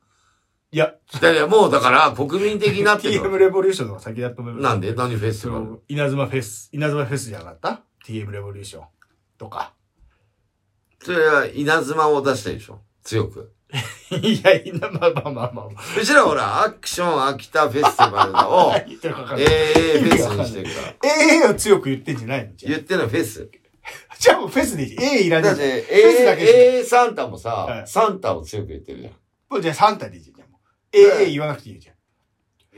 いや、
だからもうだから国民的にな
[laughs]
ってる
TM レボリューションの方が先だと思います。
なんで何フェステ
そ
ィバル
の、稲妻フェス、稲妻フェスじゃなかった ?TM レボリューションとか。 [laughs]
それは稲妻を出したでしょ強く。
いや、稲、まあまあまあまあま
うちらほら、アクション秋田フェスティバルだを
[laughs] あ。言ってるか分かんない
AA フェスにしてるから。
ええを強く言ってんじゃないのじゃ
言ってんのはフェス。
あじゃあもうフェスでいい。ええいらね
だ
え
っ
じゃん。
て、
ェスだけじゃん
A、A サンタもさ、
はい
サンタを強く言ってるじゃ
もうじゃあサンタでいいじゃん。え
は
え
い
言わなくていいじゃん。
ん。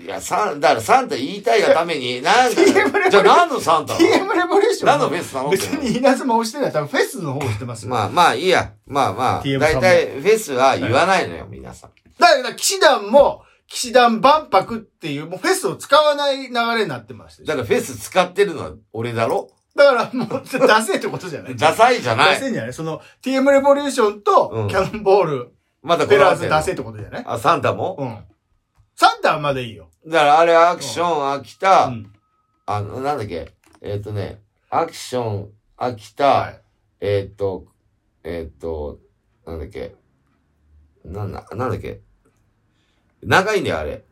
いや、サン、だからサンタ言いたいがために、なん
[laughs]
か
TM レ、
じゃあ何のサンタ
TM レボリューション。
何のフェスなの
別に稲妻押してない。多分フェスの方を押してますよ。
まあまあ、いいや。まあまあ、
TM
だいたいフェスは言わないのよ、皆さん。
だから、騎士団も、騎士団万博っていう、もうフェスを使わない流れになってましたよ。
だからフェス使ってるのは俺だろ
だからもう、ダセえってことじゃ [laughs] ない
ダサいじゃな
ダセ
い。
えんじゃないその、TM レボリューション
う
と
ん、
キャノンボール、
まだこ
ペ
れ
ラーズダセえってことじゃない
あ、サンタも
うん。サンダーまでいいよ。
だからあれアクション、秋田、
うん。
あの、なんだっけえっ、とね、アクション、秋田、
はい。
えーっと、えーっと、なんだっけ。なんだ、なんだっけ。長いんだよ、あれ。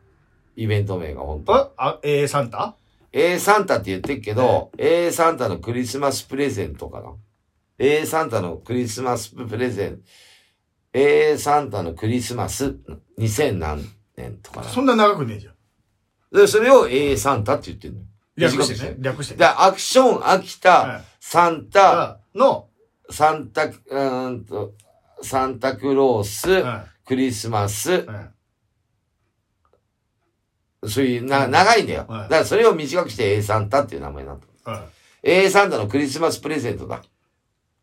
イベント名が、ほんと。
あ、あえー、サンタ
A サンタって言ってっけど、A サンタのクリスマスプレゼントかな。A サンタのクリスマスプレゼント。A サンタのクリスマス2000何年とかな。
そんな長くねえじゃん。
で、それを A サンタって言ってるのよ。
略してね。略して
で、
ね。
アクション、秋田、
はい
サンタ、
あの、
サンタ、うーんと、サンタクロース、
は
クリスマス
い。、はい
そういう、な、長いんだよ。
はい
だからそれを短くして A サンタっていう名前になった。
はい。
A サンタのクリスマスプレゼントだ。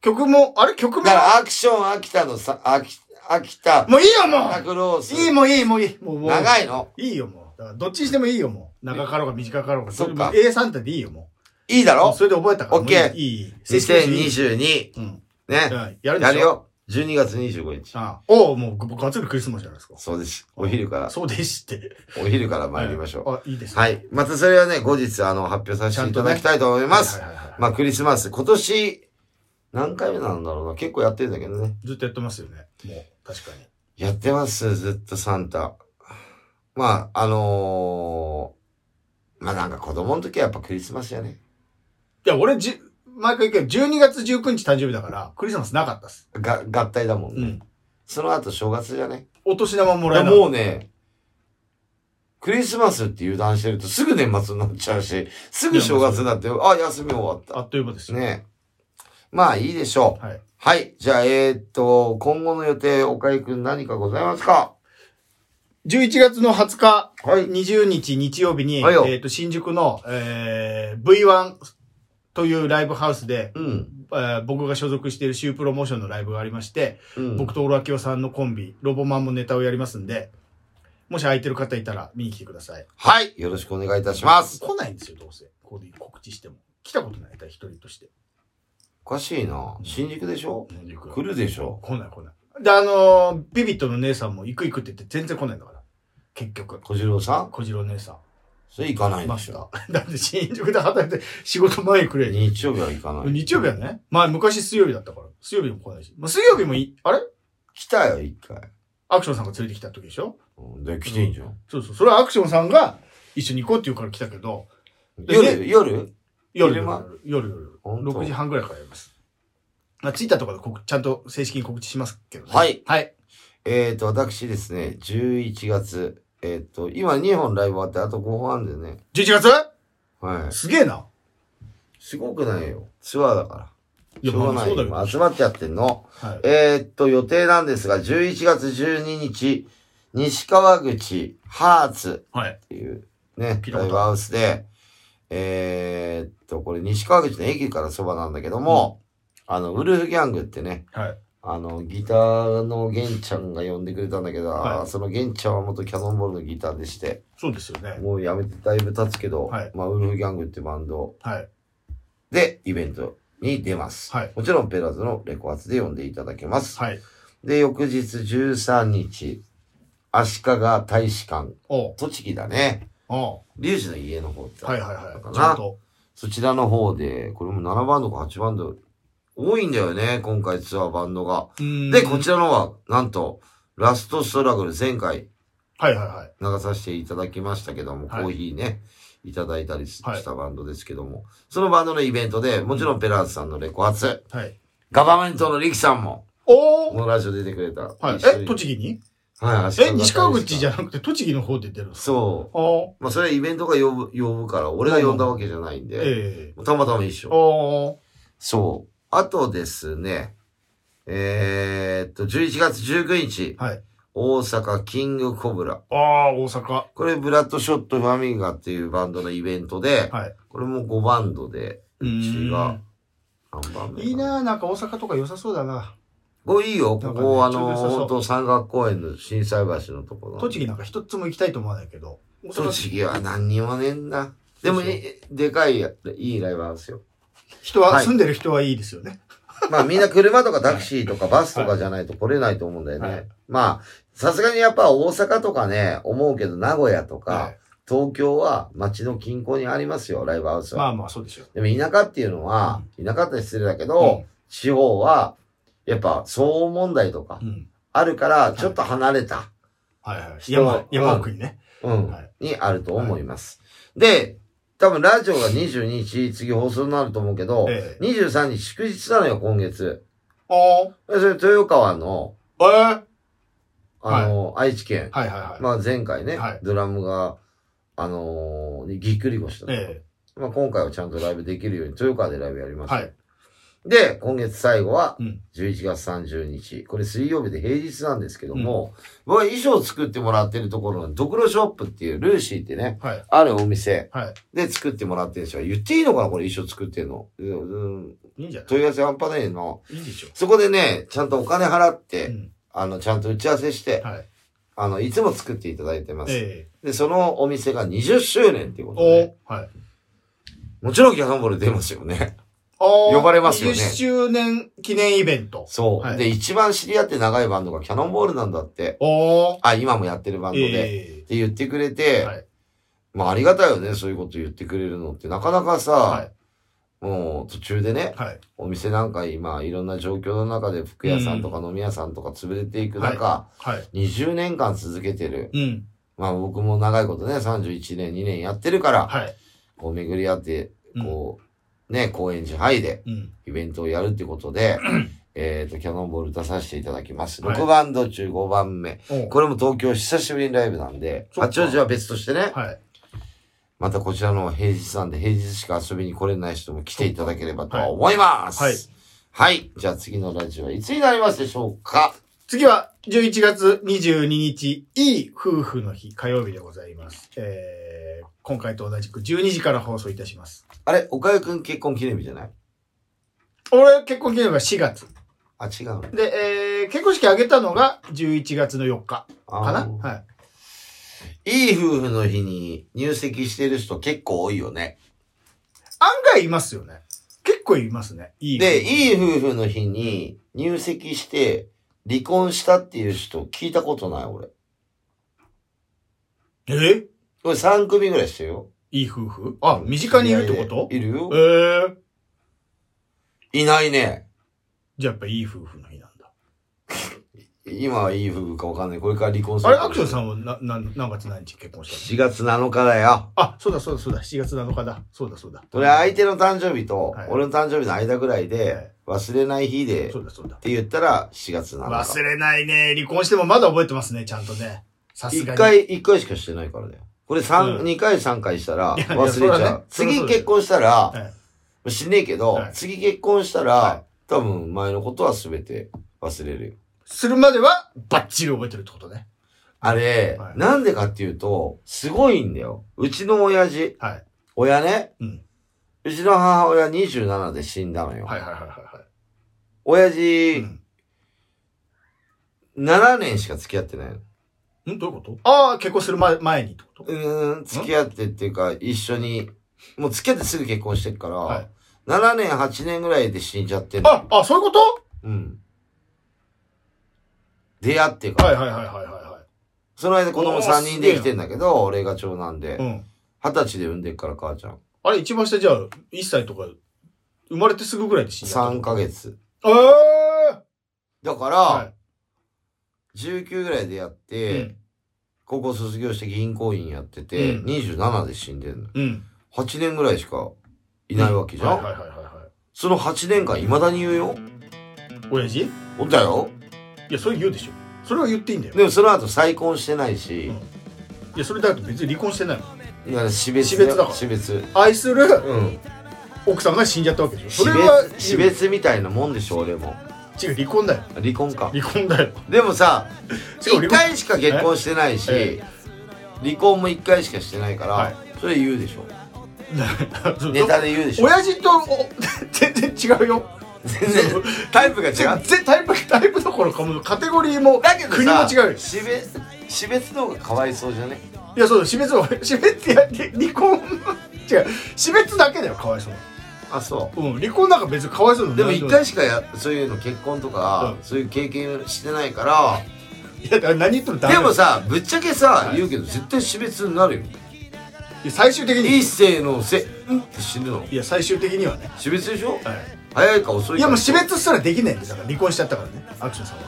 曲も、あれ曲
だ
も
からアクション秋田のさ、秋、秋田、
もういいよも
サンタクロース、
ういいもういいもういい。もうもう
長いの。
いいよもう。だからどっちにしてもいいよもう。長かろうが短かろうが。
そっか
れも A サンタでいいよも
いいだ
う。もう
ろ
それで覚えたから。
オッケー
もういいいい。いい。
?2022。
うん。
ね。
うんやるでし
や
ょ
る。よ。12月25日。
ああおう、もうガッツリクリスマスじゃないですか。
そうです。お昼から、
そうでして。
お昼から参りましょう。
あ、いいですね。
はい。またそれはね、後日、あの、発表させていただきたいと思います。
はいはいはいはい
まあ、クリスマス、今年、何回目なんだろうな。結構やってるんだけどね。
ずっとやってますよね。もう、確かに。
やってます、ずっとサンタ。まあ、あのーまあなんか子供の時はやっぱクリスマスやね。
いや、俺じ、毎回言うけど、12月19日誕生日だから、クリスマスなかったっす。
が、合体だもんね。
うん
その後正月じゃね。
お年玉も
い
らえ
や
なかった
もうね、クリスマスって油断してるとすぐ年末になっちゃうし、すぐ正月だって、あ、休み終わった
あ。っという間ですよ。
ねまあいいでしょう。
はい。
はい。じゃあ、えー、っと、今後の予定、岡井くん何かございますか
11月の20日、
はい
20日日曜日に、
はいよ
えっ、と、新宿の、えー、V1 というライブハウスで、
うん。
えー僕が所属しているシュープロモーションのライブがありまして、
うん。
僕とオラキオさんのコンビ、ロボマンもネタをやりますんで、もし空いてる方いたら見に来てください。
はい。よろしくお願いいたします。
来ないんですよ、どうせ。ここで告知しても。来たことない、一人として。
おかしいな。新宿でしょ
新宿
来るでしょ
来ない来ない。で、あのービビットの姉さんも行く行くって言って全然来ないんだから。結局。
小次郎さん
小次郎姉さん。
それ行かないん
マ
で
ス
し
タ
ょ
ー。だ [laughs] って新宿で働いて仕事前にくれ。
日曜日は行かない。
日曜日はね。まあ昔水曜日だったから。水曜日も来ないし。まあ水曜日もい、あれ
来たよ、一回。
アクションさんが連れてきた時でしょ
うんで、来ていいじゃん。
そうそう。それはアクションさんが一緒に行こうって言うから来たけど、で
夜、夜
夜、
昼間
夜、夜、夜、
ほんと
6時半ぐらいからやります。まあツイッターとかで告ちゃんと正式に告知しますけどね。
はい。
はい。
えーと、私ですね、11月、えーと、今2本ライブ終わって、あと5本あるんでね。
11月
はい。
すげえな。
すごくないよ。ツアーだか
い
ら。
や、
しょう
ま
が
あ
ない
そうだ
よ。
けど。
今集まっちゃってんの。
はい。
えーっと、予定なんですが、11月12日、西川口ハーツ
はい。
っていうね、
聞いたことある
ライブハウスで、えーっと、これ西川口の駅からそばなんだけども、あの、ウルフギャングってね、
はい。
あの、ギターのゲンちゃんが呼んでくれたんだけど、
はい
あーそのゲンちゃんは元キャノンボールのギターでして、
そうですよね。
もうやめてだいぶ経つけど、
はい
まあ、ウルフギャングってバンド
はい。
でイベントに出ます。
はい
もちろんペラーズのレコ発で呼んでいただけます。
はい。
で、翌日13日、足利大使館、
おう。
栃木だね。
おう。
リュウジの家の方って、
はいはい
かな
は。
い
ちゃんと。
そちらの方で、これも7バンドか8バンド、多いんだよね、今回ツアーバンドが。
で
で、こちらの方は、なんと、ラストストラグル、前回
はいはいはい。
流させていただきましたけども、
はい
コーヒーね、いただいたりし
はい
したバンドですけども、そのバンドのイベントで、もちろんペラーズさんのレコ発、
はい。
ガバメントのリキさんも、
お
こ
ー
のラジオ出てくれた。
はい。
一緒に
え、栃木に
はい、足利大使
え、
館
西川口じゃなくて栃木の方で出るんですか
そう。
お
まあ、それはイベントが呼ぶ、呼ぶから、俺が呼んだわけじゃないん
ー
で、
え
たまたま一
え。
緒。
お
そう。あとですね、えー、っと、11月19日
ー、はい。
大阪キングコブラ。
ああ、大阪。は
これ、ブラッドショットファミガっていうバンドのイベントで、
い。
これも5バンドで、
う
ちが
ー
何番
ん
目か
いいなーなんか大阪とか良さそうだな。
これいいよ、
な
こ
んかね
こ、あ
ちょうど
の、
良さそう
本当山岳公園の震災橋のところ。
栃木なんか一つも行きたいと思わないけど。大阪
栃木は何にもねえんだ。でも、
そうそう
えでかい、いいライブハウスよ。
人は、
はい
住んでる人はいいですよね。
まあみんな車とかタクシーとかバスとかじゃないと来れないと思うんだよね。
はい
まあ、さすがにやっぱ大阪とかね、思うけど名古屋とか、
はい
東京は街の近郊にありますよ、ライブハウスは。
まあまあ、そうですよ。
でも田舎っていうのは、田舎って失礼だけど、
うん
地方は、やっぱ騒音問題とか
うん。
あるから、ちょっと離れた、
はいはい。
人
山、山奥にね。
うん、
はい
にあると思います。で、多分ラジオが22日、次放送になると思うけど、
ええ
23日祝日なのよ、今月。
あ
でそれ豊川の、
あ。ええ
あの、愛知県。
はいはいはい。
まあ前回ね、
はい
ドラムが、あのーぎっくり腰だった。
え
まあ今回はちゃんとライブできるように、豊川でライブやり
え
ます。
はい。
で、今月最後は
うん。
11月30日。これ水曜日で平日なんですけども、僕は衣装作ってもらってるところのドクロショップっていうルーシーってね、
はい。
あるお店
はい。
で作ってもらってるんですよ。言っていいのかなこれ衣装作ってんの。うん、
いいんじゃない
問い合わせ半端ないの。
いいでしょ
そこでね、ちゃんとお金払っ
う。う
て、
ん。
あの、ちゃんと打ち合わせして、
はい。
あの、いつも作っていただいてます。
ええ
で、そのお店が20周年っていうことで、
おはい。
もちろんキャノンボール出ますよね。
お
呼ばれますよね
20周年記念イベント。
そう、
はい
で、一番知り合って長いバンドがキャノンボールなんだって。
おー。
あ、今もやってるバンドで。
え
って言ってくれ
え
て、
はい。
まあありがたいよね、そういうこと言ってくれるのって。なかなかさ、
は
もう途中でね
い。、はい。
お店なんか今いろんな状況の中で服屋さんとか飲み屋さんとか潰れていく中、
はい。
20年間続けてる。
うん。
まあ僕も長いことね、31年、2年やってるから、
はい。
こう巡り合って、
うん
こう、ね、高円寺ハイで
うん。
イベントをやるってこと
[clears throat]
で、えっと、キャノンボール出させていただきます。
はい
6バンド中5番目。
お
これも東京久しぶりにライブなんで、
そっか
八王子は別としてね、
はい。
またこちらの平日なんで、平日しか遊びに来れない人も来ていただければとは思います。
はい。
はい。じゃあ次のラジオはいつになりますでしょうか
次は11月22日、いい夫婦の日、火曜日でございます。えー、今回と同じく12時から放送いたします。
あれ岡谷くん結婚記念日じゃない
俺、結婚記念日は4月。
あ、違うの
で、えー、結婚式挙げたのが11月の4日かな
あー
はい
いい夫婦の日に入籍してる人結構多いよね。
案外いますよね。結構いますね。いい。
で、
い。
いい夫婦の日に入籍して離婚したっていう人聞いたことない俺。
え
俺3組ぐらいしてるよ。
いい夫婦あ、身近にいるってこと
いるよ
え。ー、
いないね。
じゃあやっぱいい夫婦の日なんだ。
今はいい夫婦かわかんない。これから離婚す
あ
る。
れ、アクションさんはな、な、何月何日結婚したの
?7 月7日だよ。
あ、そうだそうだそうだ、7月7日だ。そうだそうだ。
それ相手の誕生日と
はい
俺の誕生日の間ぐらい
はい
で忘れない日でっ
そうだそうだ。
て言ったら4月7
忘
日。
れないね。離婚してもまだ覚えてますね、ちゃんとね。さす
一
がに。
回、一回しかしてないからだよ。これ三、
う
二
ん
回三回したら
いやいや
忘れち
そりゃ
ゃ
ね
う。
そりゃ
次
そうだよ
結婚したら、
はい
しねえけど
はい、
次結婚した
は
ら、多分前のことは全て忘れるよ。
するまでは、バッチリ覚えてるってことね。
あれ
は、い
なんでかっていうと、すごいんだよ。うちの親父、
はい。
親ね
うん。
うちの母親27で死んだのよ。
はいはいはいは
親
い。はい。
父
ん。
7年しか付き合ってないの。
んどういうことああ、結婚する前前にってこと
うーん、付き合ってっていうか、一緒に、もう付き合ってすぐ結婚してるから、
はい
7年、8年ぐらいで死んじゃってんの。
あ、あ、そういうこ
うん。出会ってか
と
ら。
はいはいはいはいは
その間子供
おー
3
す
人
げえ
できてんだけど、俺が長男
い。う
で。
ん。
二十歳で産んでっから母ちゃん。
あれ、一番下じゃあ、1歳とか、生まれてすぐぐらいで死んだ。
3ヶ月。
ええ
だか
ー、は
ら、
い。
19ぐらいでやって、
うん
高校卒業して銀行員やってて、
うん
27で死んでんの。
うん。
8年ぐらいしかいないわけじゃん、
はいはいはいはいはい。
その8年間未だに言うよ。
親父い
おったよ。
や、それ言うでしょ。それは言っていいんだよ。
でもその後再婚してないし、
いや、それだと別に離婚してないもん。
いや死別
死別だから
死別
愛する
うん
奥さんが死んじゃったわけでしょ。
死
それは
別死別みたいなもんでしょ俺も
違う、離婚だよ。
離婚か
離婚だよ。
でもさ
しかも
1回しか結婚してないし
え
離婚も1回しかしてないから、
はい
それ言うでしょ
[laughs] そう
ネタで言うでしょ
親父とお [laughs] 全然違うよ。
全然タイプが違う
全然タイプ、タイプどころかもうカテゴリーも、
だけどさ
[laughs] 国も違うよ。
死別死別の方がかわいそうじゃね
い [laughs] や、そうだ、死別は、死別や、離婚、違う、死別だけだよ、かわいそうな。
あそ
うん、離婚なんか別にかわいそう
う
な
でも一回しかやそういうの結婚とか、
うん
そういう経験してないから
いやだから何言ってもダメ
でもさぶっちゃけさ、
はい
言うけど絶対死別になるよ
いや最終的に
一世のせんって死ぬの
いや最終的にはね、
死別でしょ
はい、
早いか遅いか
いやもう死別すらできないんですだから離婚しちゃったからねアクションさんは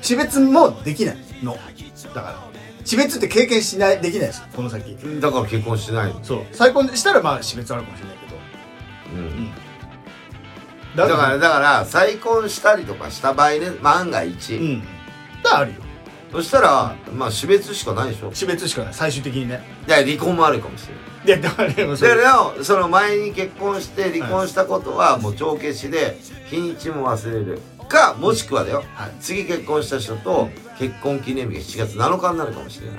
死別もできないのだから死別って経験しないできないですこの先
だから結婚してないの
そう再婚したらまあ死別あるかもしれないけど
うん
だ
だからだから再婚したりとかした場合ね万が一、
うんだからあるよ
そしたらまあ死別しかないでしょ
死別しかない最終的にね
いや離婚もあるかもしれない
いやだからでもそれ
だからその前に結婚して離婚したことはもう帳消しで日にちも忘れるかもしくはだよ、
はい
次結婚した人と結婚記念日が7月7日になるかもしれない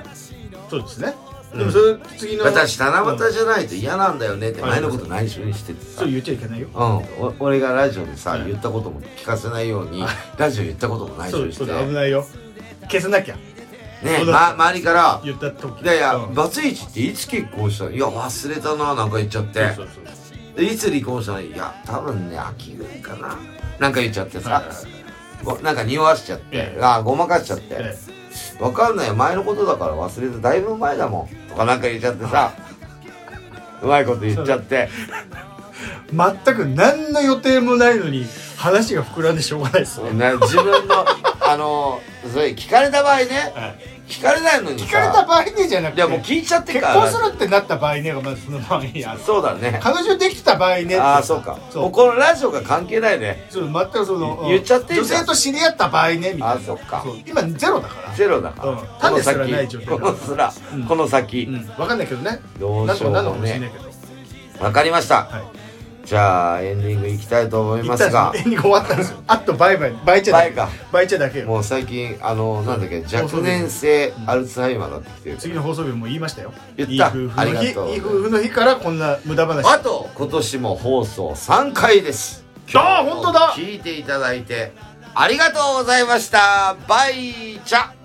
そうですね
うん
でもそれ次の
私七夕
じ
じゃないと嫌なんだよねって前のこと内緒にしててさ
そう言っちゃいけないよ
うん、お俺がラジオでさ、
はい
言ったことも聞かせないように、ラジオ言ったこともない
そ
緒
う
にし
そう
て、
だ危
ね
ないよ消さなきゃ
ま、周りから
言った
「
時
いやいや、
うん
バツイチっていつ結婚したのいや忘れたな」なんか言っちゃって
そうそうそう
でいつ離婚したのいや多分ね秋ぐらいかななんか言っちゃってさ、
はいはいはい
ごなんか匂わしちゃって、
ええ
あごまかしちゃって、
え
わかんないよ前のことだから忘れてだいぶ前だもんとかなんか言っちゃってさうまいこと言っちゃって
え全く何の予定もないのに話が膨らんでしょうがないですね
な自分のあのそれ聞かれた場合ね
はい
聞かれないのにさ
聞かれた場合ねじゃなく
い
て
やもう聞いちゃって
結
から
婚するってなった場合ねがまずその場合にある
そうだね
彼女できた場合ねって
ああそうか
そう
もうこのラジオが関係ないね
そう全くその、うん
言っちゃってんじゃん
女性と知り合った場合ねみたいな
あそっか
う今ゼロだから
ゼロだから、
うん
こ
種
の
すらない
先
状態
このすら、
うん
この先、
うん分かんないけどね
どう
なん
し
と
よ
か
う
な
か
るのかもしれ
ね
ないけど、
わかりました
はい
じゃあエンディングいきたいと思いますが
一旦エンディング終わったんですよあっとバイバイバイチャだ
前
け
か
バイチャだけよ
もう最近あのなんだっけ若年性アルツハイマーになってきてる
次の放送日も言いましたよ
言った
いい夫婦の
あり
日
がとう
いい夫婦の日からこんな無駄話
あと今年も放送3回です
あー本当だ
聞いていただいてありがとうございましたバイチャ